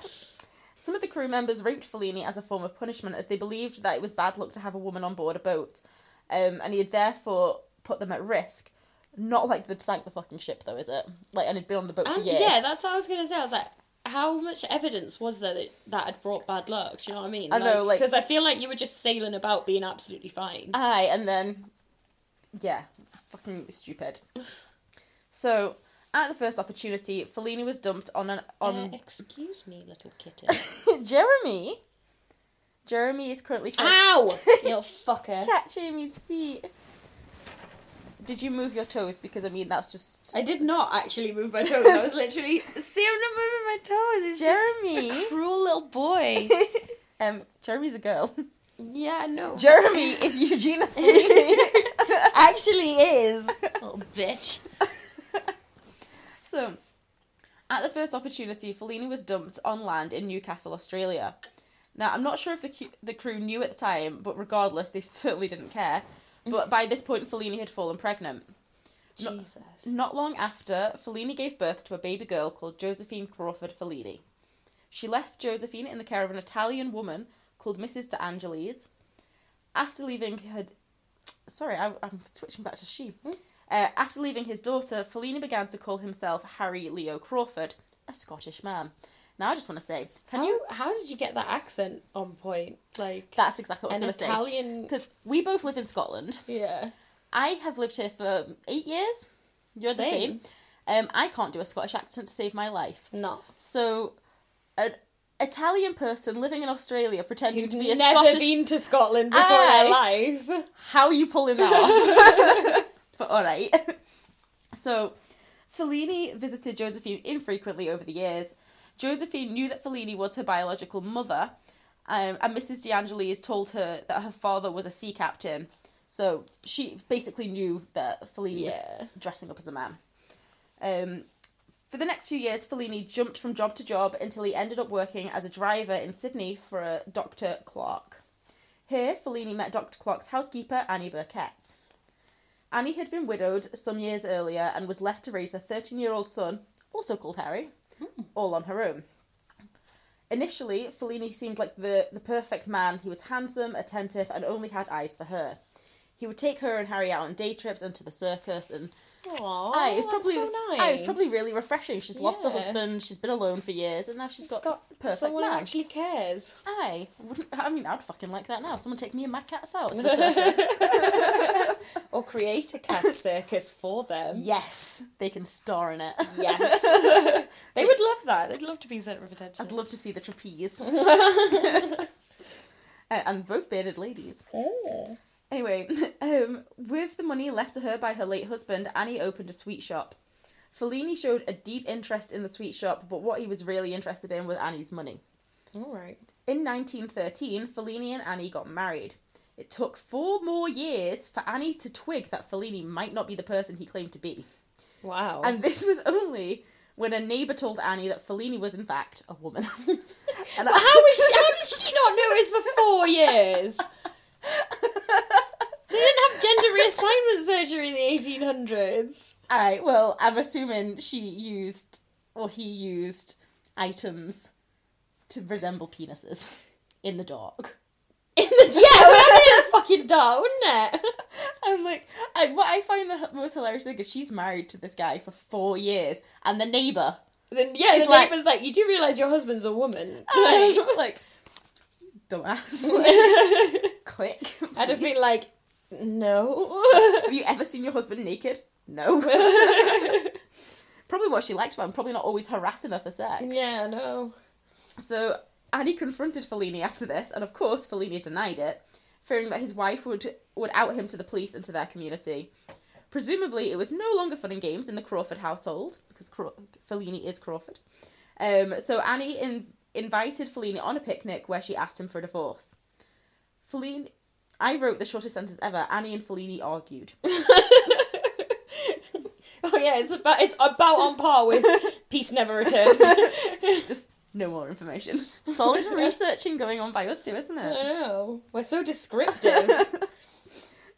Speaker 2: Some of the crew members raped Fellini as a form of punishment as they believed that it was bad luck to have a woman on board a boat, um, and he had therefore put them at risk. Not like they'd sank the fucking ship though, is it? Like, and had been on the boat for
Speaker 1: Um,
Speaker 2: years.
Speaker 1: yeah, that's what I was gonna say. I was like, how much evidence was there that that had brought bad luck? Do you know what I mean?
Speaker 2: I know, like- Uh,
Speaker 1: because I feel like you were just sailing about being absolutely fine.
Speaker 2: Aye, and then, yeah, fucking stupid. So, at the first opportunity, Fellini was dumped on an
Speaker 1: Uh,
Speaker 2: on
Speaker 1: excuse me, little
Speaker 2: *laughs*
Speaker 1: kitten.
Speaker 2: Jeremy. Jeremy is currently trying
Speaker 1: *laughs*
Speaker 2: *laughs*
Speaker 1: Ow! little fucker.
Speaker 2: to catch Amy's feet. Did you move your toes? Because I mean, that's just
Speaker 1: I did not actually move my toes. I was literally *laughs* see, I'm not moving my toes. It's
Speaker 2: Jeremy.
Speaker 1: just a cruel little
Speaker 2: *laughs*
Speaker 1: boy.
Speaker 2: *laughs* um, Jeremy's a girl.
Speaker 1: yeah, I know. *laughs*
Speaker 2: Jeremy is Eugenia Fellini.
Speaker 1: actually is little bitch.
Speaker 2: So, at the first opportunity, Fellini was dumped on land in Newcastle, Australia. Now, I'm not sure if the, cu- the crew knew at the time, but regardless, they *laughs* certainly didn't care. But by this point, Fellini had fallen pregnant.
Speaker 1: Jesus.
Speaker 2: Not long after, Fellini gave birth to a baby girl called Josephine Crawford Fellini. She left Josephine in the care of an Italian woman called Mrs. De Angelis. After leaving her. Sorry, I, I'm switching back to she. Uh, after leaving his daughter, Fellini began to call himself Harry Leo Crawford, a Scottish man. Now, I just want to say, can
Speaker 1: How,
Speaker 2: you.
Speaker 1: how did you get that accent on point? Like
Speaker 2: That's exactly what I
Speaker 1: an
Speaker 2: was going to say.
Speaker 1: Italian.
Speaker 2: Because we both live in Scotland.
Speaker 1: Yeah.
Speaker 2: I have lived here for eight years. You're
Speaker 1: Same.
Speaker 2: the same. Um, I can't do a Scottish accent to save my life.
Speaker 1: No.
Speaker 2: So, an Italian person living in Australia pretending
Speaker 1: You've
Speaker 2: to be a
Speaker 1: never
Speaker 2: Scottish.
Speaker 1: been to Scotland before in your life.
Speaker 2: How are you pulling that off? but *laughs* all right. So, Fellini visited Josephine infrequently over the years. Josephine knew that Fellini was her biological mother, um, and Mrs. De Angelis told her that her father was a sea captain. So she basically knew that Fellini
Speaker 1: Yeah.
Speaker 2: was dressing up as a man. Um, for the next few years, Fellini jumped from job to job until he ended up working as a driver in Sydney for a Dr. Clark. Here, Fellini met Dr. Clark's housekeeper, Annie Burkett. Annie had been widowed some years earlier and was left to raise her 13 year old son, also called Harry, all on her own. Initially, Fellini seemed like the, the perfect man. He was handsome, attentive, and only had eyes for her. He would take her and Harry out on day trips and to the circus, and
Speaker 1: Aww,
Speaker 2: Aye, it's
Speaker 1: Oh, that's
Speaker 2: probably
Speaker 1: so nice.
Speaker 2: aye, it's probably really refreshing. She's lost her
Speaker 1: Yeah.
Speaker 2: husband. She's been alone for years, and now she's got,
Speaker 1: got
Speaker 2: the perfect
Speaker 1: someone who
Speaker 2: man.
Speaker 1: actually cares.
Speaker 2: Aye, wouldn't I mean I'd fucking like that now. Someone take me and my cats out. To the
Speaker 1: *laughs*
Speaker 2: circus.
Speaker 1: Or create a *laughs* cat circus for them.
Speaker 2: yes, they can star in it.
Speaker 1: Yes. *laughs* they would love that. They'd love to be centre of attention.
Speaker 2: I'd love to see the trapeze. Uh, and both bearded ladies.
Speaker 1: oh.
Speaker 2: Anyway, *laughs* um, with the money left to her by her late husband, Annie opened a sweet shop. Fellini showed a deep interest in the sweet shop, but what he was really interested in was Annie's money.
Speaker 1: All right.
Speaker 2: In 1913, Fellini and Annie got married. It took four more years for Annie to twig that Fellini might not be the person he claimed to be.
Speaker 1: Wow.
Speaker 2: And this was only when a neighbour told Annie that Fellini was, in fact, a woman. *laughs* and
Speaker 1: how,
Speaker 2: I-
Speaker 1: was she, how did she not notice for four years? They didn't have gender reassignment surgery in the 1800s.
Speaker 2: I, well, I'm assuming she used, or he used, items to resemble penises in the dark.
Speaker 1: In the *laughs* yeah, it would have been fucking dark, wouldn't it?
Speaker 2: I'm like, I, what I find the h- most hilarious thing is she's married to this guy for four years, and the neighbour,
Speaker 1: Then yeah,
Speaker 2: It's
Speaker 1: the
Speaker 2: like-
Speaker 1: neighbour's like, you do realise your husband's a
Speaker 2: *laughs*
Speaker 1: woman.
Speaker 2: like,
Speaker 1: Like,
Speaker 2: like dumbass, like, click.
Speaker 1: I'd have been like, no. *laughs*
Speaker 2: Have you ever seen your husband naked? No. probably what she liked about him. Probably not always harassing her for sex.
Speaker 1: yeah, no.
Speaker 2: So Annie confronted Fellini after this, and of course Fellini denied it, fearing that his wife would would out him to the police and to their community. Presumably, it was no longer fun and games in the Crawford household because Craw- Fellini is Crawford. Um, so Annie in- invited Fellini on a picnic where she asked him for a divorce. Fellini, I wrote the shortest sentence ever. Annie and Fellini argued.
Speaker 1: Oh yeah, it's about it's about on par with Peace Never Returned. *laughs*
Speaker 2: Just no more information. Solid researching going on by us too, isn't
Speaker 1: I
Speaker 2: it?
Speaker 1: know. We're so descriptive.
Speaker 2: *laughs*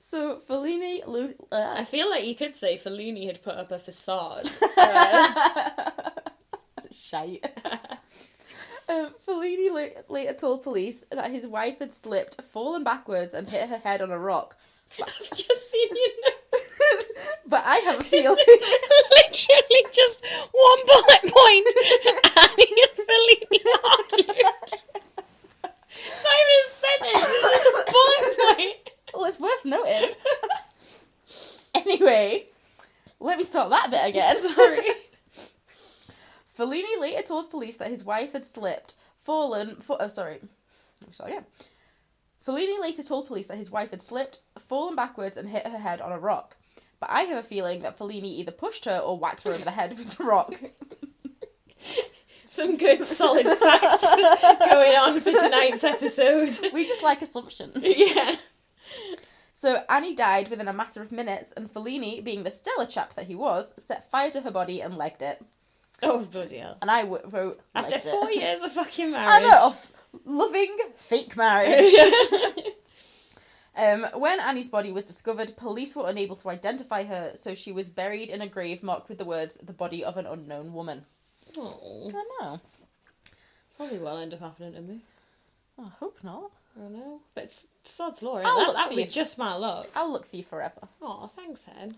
Speaker 2: So Fellini, lo- uh, *laughs*
Speaker 1: I feel like you could say Fellini had put up a facade.
Speaker 2: shite. *laughs* um, Fellini la- later told police that his wife had slipped, fallen backwards, and hit her head on a rock.
Speaker 1: I've just seen you
Speaker 2: *laughs*
Speaker 1: know,
Speaker 2: But I have a feeling.
Speaker 1: *laughs* literally just one bullet point. Annie and Fellini argued. It's not even a sentence. It's just a bullet point.
Speaker 2: well, it's worth noting. anyway, let me start that bit again.
Speaker 1: Sorry.
Speaker 2: Fellini later told police that his wife had slipped, fallen, fa- oh, sorry. Let me start again. Fellini later told police that his wife had slipped, fallen backwards, and hit her head on a rock. But I have a feeling that Fellini either pushed her or whacked her over the head with the rock.
Speaker 1: Some good solid facts going on for tonight's episode. *laughs*
Speaker 2: We just like assumptions.
Speaker 1: yeah.
Speaker 2: So Annie died within a matter of minutes, and Fellini, being the stellar chap that he was, set fire to her body and legged it.
Speaker 1: Oh bloody hell.
Speaker 2: And I w- wrote
Speaker 1: After
Speaker 2: legged
Speaker 1: four
Speaker 2: it.
Speaker 1: years of fucking marriage.
Speaker 2: I know, of loving fake *laughs* marriage. Um, when Annie's body was discovered, police were unable to identify her, so she was buried in a grave marked with the words "the body of an unknown woman."
Speaker 1: *laughs* Aw.
Speaker 2: I don't know.
Speaker 1: Probably will end up happening to me.
Speaker 2: I hope not.
Speaker 1: I don't know. But it's sod's law.
Speaker 2: I'll
Speaker 1: That,
Speaker 2: look
Speaker 1: that
Speaker 2: for
Speaker 1: would be
Speaker 2: you.
Speaker 1: just my luck.
Speaker 2: I'll look for you forever.
Speaker 1: Oh, thanks, *laughs* Hen.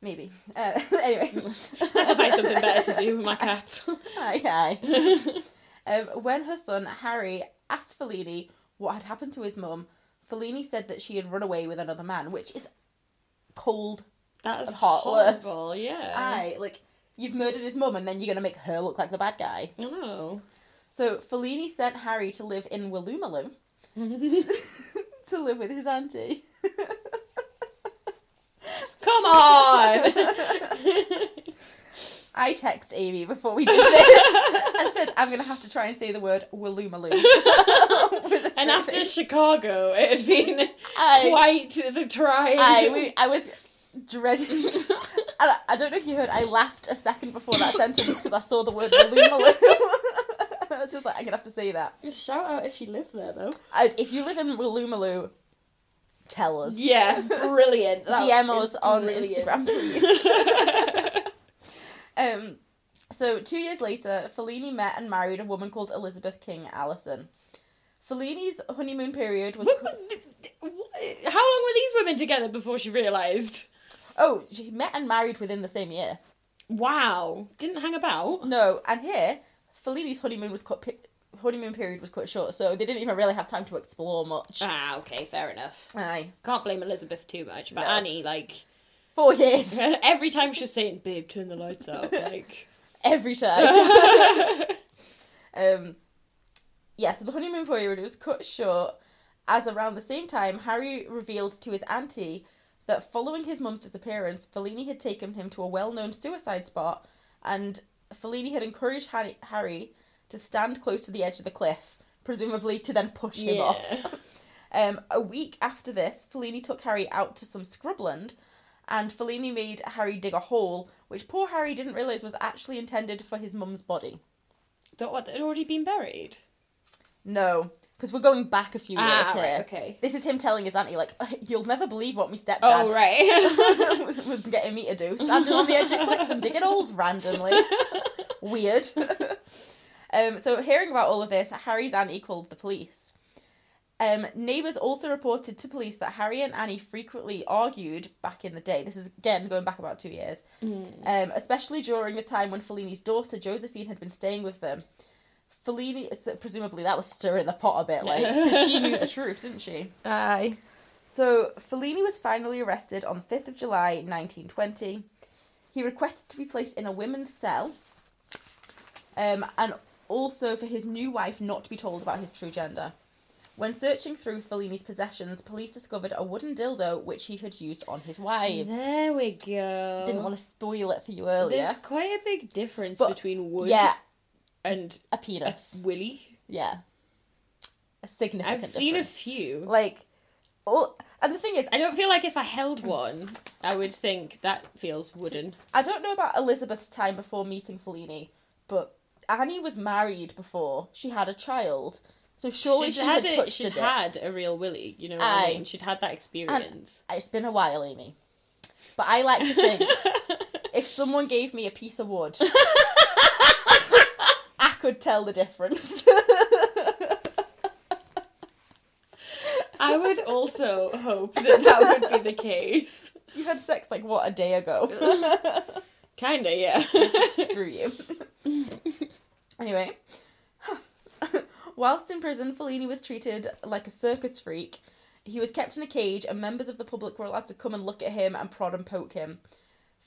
Speaker 2: Maybe. Uh, *laughs* anyway.
Speaker 1: Unless I find something better to do with my cat. *laughs*
Speaker 2: Aye, aye. um, when her son Harry asked Fellini what had happened to his mum, Fellini said that she had run away with another man, which is cold.
Speaker 1: That's
Speaker 2: Heartless.
Speaker 1: horrible. Yeah.
Speaker 2: Aye, like you've murdered his mum and then you're gonna make her look like the bad guy.
Speaker 1: I know.
Speaker 2: So Fellini sent Harry to live
Speaker 1: *laughs*
Speaker 2: in Willumaloo to live with his auntie.
Speaker 1: Come *laughs* on.
Speaker 2: I text Amy before we did this
Speaker 1: *laughs*
Speaker 2: and said I'm gonna have to try and say the word Willumaloo. With a straight
Speaker 1: and after
Speaker 2: face.
Speaker 1: Chicago, it had been
Speaker 2: Aye.
Speaker 1: quite the trying. *laughs*
Speaker 2: I, we, I was dreading. *laughs* and I, I don't know if you heard, I laughed a second before that sentence because I saw the word Waloomaloo. *laughs* and I was just like, I'm going to have to say that.
Speaker 1: Shout out if you live there, though.
Speaker 2: I, if you live in Waloomaloo, tell us.
Speaker 1: Yeah, brilliant. That
Speaker 2: DM
Speaker 1: is
Speaker 2: us on
Speaker 1: brilliant. *laughs*
Speaker 2: Instagram, please. *laughs* um, so, two years later, Fellini met and married a woman called Elizabeth King Allison. Fellini's honeymoon period was.
Speaker 1: What *laughs* was- d- d- what- How long were these women together before she realised?
Speaker 2: oh, she met and married within the same year.
Speaker 1: Wow. Didn't hang about.
Speaker 2: No, and here Fellini's honeymoon was cut. Pe- honeymoon period was cut short, so they didn't even really have time to explore much.
Speaker 1: Ah, okay, fair enough.
Speaker 2: Aye,
Speaker 1: Can't blame Elizabeth too much, but
Speaker 2: No.
Speaker 1: Annie, like, *laughs*
Speaker 2: four years
Speaker 1: every time she was saying, babe, turn the lights out, *laughs* like,
Speaker 2: every time. um, yeah, so the honeymoon period was cut short, As around the same time, Harry revealed to his auntie that following his mum's disappearance, Fellini had taken him to a well known suicide spot, and Fellini had encouraged Har- Harry to stand close to the edge of the cliff, presumably to then push him
Speaker 1: Yeah.
Speaker 2: off. *laughs* um, a week after this, Fellini took Harry out to some scrubland, and Fellini made Harry dig a hole, which poor Harry didn't realise was actually intended for his mum's body.
Speaker 1: But what, they'd already been buried?
Speaker 2: No, because we're going back a few years
Speaker 1: Ah,
Speaker 2: here.
Speaker 1: right, okay.
Speaker 2: This is him telling his auntie, like, you'll never believe what my stepdad
Speaker 1: Oh, right. *laughs*
Speaker 2: was, *laughs* was getting me to do. Standing on the edge of cliffs and digging holes randomly. Weird. um, so, hearing about all of this, Harry's auntie called the police. Um, neighbours also reported to police that Harry and Annie frequently argued back in the day. This is again going back about two years, um, especially during the time when Fellini's daughter Josephine had been staying with them. Fellini, so presumably, that was stirring the pot a bit, like 'cause she knew the truth, didn't she?
Speaker 1: Aye.
Speaker 2: So Fellini was finally arrested on the 5th of July 1920. He requested to be placed in a women's cell um, and also for his new wife not to be told about his true gender. When searching through Fellini's possessions, police discovered a wooden dildo which he had used on his wives.
Speaker 1: There we go.
Speaker 2: Didn't want to spoil it for you earlier.
Speaker 1: There's quite a big difference
Speaker 2: But-
Speaker 1: between wood
Speaker 2: yeah,
Speaker 1: and
Speaker 2: a penis.
Speaker 1: willy.
Speaker 2: Yeah. A significant
Speaker 1: I've seen
Speaker 2: difference.
Speaker 1: a few.
Speaker 2: Like, all, and the thing is,
Speaker 1: I don't feel like if I held one, I would think that feels wooden.
Speaker 2: I don't know about Elizabeth's time before meeting Fellini, but Annie was married before she had a child, so surely
Speaker 1: she'd
Speaker 2: she
Speaker 1: had,
Speaker 2: had,
Speaker 1: a,
Speaker 2: touched a
Speaker 1: she'd
Speaker 2: dick.
Speaker 1: had a real willy, you know. What I
Speaker 2: Aye.
Speaker 1: mean? She'd had that experience.
Speaker 2: It's been a while, Amy, but I like to
Speaker 1: *laughs*
Speaker 2: think if someone gave me a piece of wood, I could tell the difference. *laughs*
Speaker 1: I would also hope that that would be the case.
Speaker 2: you had sex like what a
Speaker 1: *laughs*
Speaker 2: day ago.
Speaker 1: Kinda, yeah.
Speaker 2: Screw you. *laughs* anyway, *laughs* whilst in prison, Fellini was treated like a circus freak. He was kept in a cage, and members of the public were allowed to come and look at him and prod and poke him.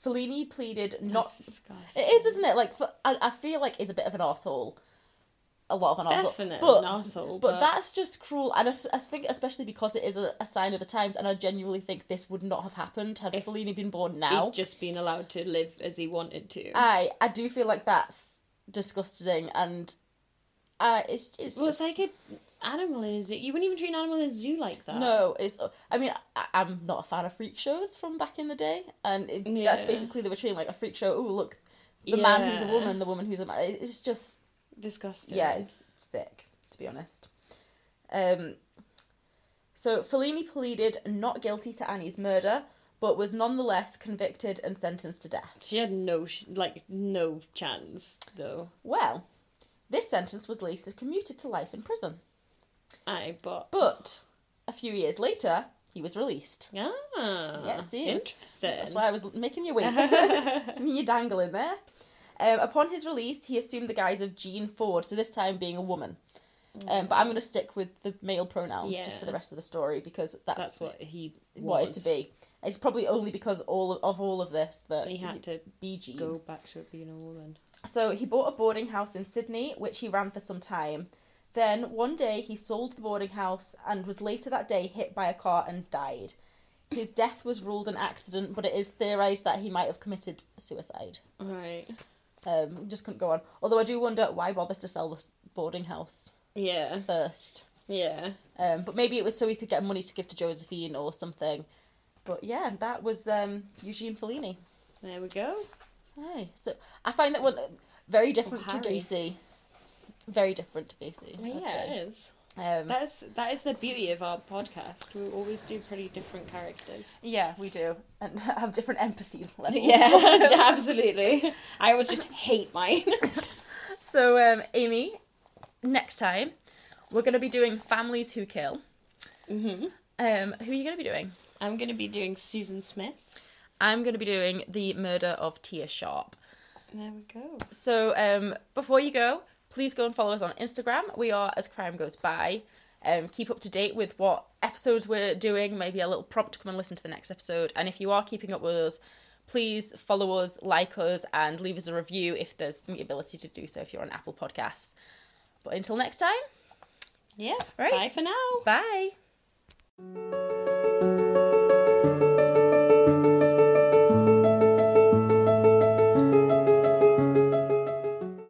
Speaker 2: Fellini pleaded not.
Speaker 1: That's
Speaker 2: It
Speaker 1: disgusting.
Speaker 2: is, isn't it? Like, f- I, I feel like is a bit of an asshole. A lot of an asshole.
Speaker 1: Definitely
Speaker 2: but,
Speaker 1: an asshole.
Speaker 2: But that's just cruel, and I, s- I think especially because it is a, a sign of the times, and I genuinely think this would not have happened had Fellini been born now.
Speaker 1: he'd just been allowed to live as he wanted to.
Speaker 2: I I do feel like that's disgusting and uh it's it's
Speaker 1: well,
Speaker 2: just
Speaker 1: it's like an animal in a zoo. You wouldn't even treat an animal in a zoo like that.
Speaker 2: no it's I mean I, I'm not a fan of freak shows from back in the day and it,
Speaker 1: Yeah.
Speaker 2: that's basically they were treating like a freak show oh look the man who's a
Speaker 1: Yeah.
Speaker 2: woman the woman who's a man It- it's just
Speaker 1: Disgusting.
Speaker 2: yeah, it's sick, to be honest. Um, so Fellini pleaded not guilty to Annie's murder, but was nonetheless convicted and sentenced to death.
Speaker 1: She had no, sh- like, no chance, though.
Speaker 2: Well, this sentence was later commuted to life in prison.
Speaker 1: Aye, but.
Speaker 2: But a few years later, he was released.
Speaker 1: Ah.
Speaker 2: Yeah, see, it was-
Speaker 1: Interesting.
Speaker 2: That's why I was
Speaker 1: *laughs*
Speaker 2: making you wait. Giving you dangle in there. Um, upon his release, he assumed the guise of Jean Ford, so this time being a woman. Um, but I'm going to stick with the male pronouns just
Speaker 1: Yeah.
Speaker 2: for the rest of the story because that's,
Speaker 1: That's what he was.
Speaker 2: what it to be. It's probably only because all of, of all of this that
Speaker 1: He had to
Speaker 2: be Jean.
Speaker 1: go back to it being a woman.
Speaker 2: So he bought a boarding house in Sydney, which he ran for some time. Then one day he sold the boarding house and was later that day hit by a car and died. His death was ruled an accident, but it is theorised that he might have committed suicide.
Speaker 1: Right.
Speaker 2: Um, just couldn't go on. Although I do wonder why bother to sell this boarding house
Speaker 1: Yeah.
Speaker 2: first.
Speaker 1: Yeah.
Speaker 2: Um, but maybe it was so he could get money to give to Josephine or something. But yeah, that was um, Eugene Fellini.
Speaker 1: There we go.
Speaker 2: Aye. So I find that one uh, very different
Speaker 1: Harry.
Speaker 2: to Gacy. Very different to Gacy.
Speaker 1: Well,
Speaker 2: I'd
Speaker 1: yeah,
Speaker 2: say.
Speaker 1: it is.
Speaker 2: Um,
Speaker 1: That's that is the beauty of our podcast. We always do pretty different *laughs* characters.
Speaker 2: yeah, we do, and *laughs* have different empathy *laughs*
Speaker 1: *laughs*
Speaker 2: levels.
Speaker 1: absolutely. I always just hate mine. *laughs*
Speaker 2: So, um, Amy, next time we're going to be doing families who kill. Mm-hmm. Um, who are you going to be doing?
Speaker 1: I'm gonna be doing Susan Smith.
Speaker 2: I'm going to be doing the murder of Tia Sharp.
Speaker 1: There we go.
Speaker 2: So, um, before you go, please go and follow us on Instagram. We are as crime goes by. Um, keep up to date with what episodes we're doing. Maybe a little prompt to come and listen to the next episode. And if you are keeping up with us, please follow us, like us, and leave us a review if there's the ability to do so if you're on Apple Podcasts. But until next time,
Speaker 1: Yeah.
Speaker 2: Right.
Speaker 1: Bye for now.
Speaker 2: bye. Bye.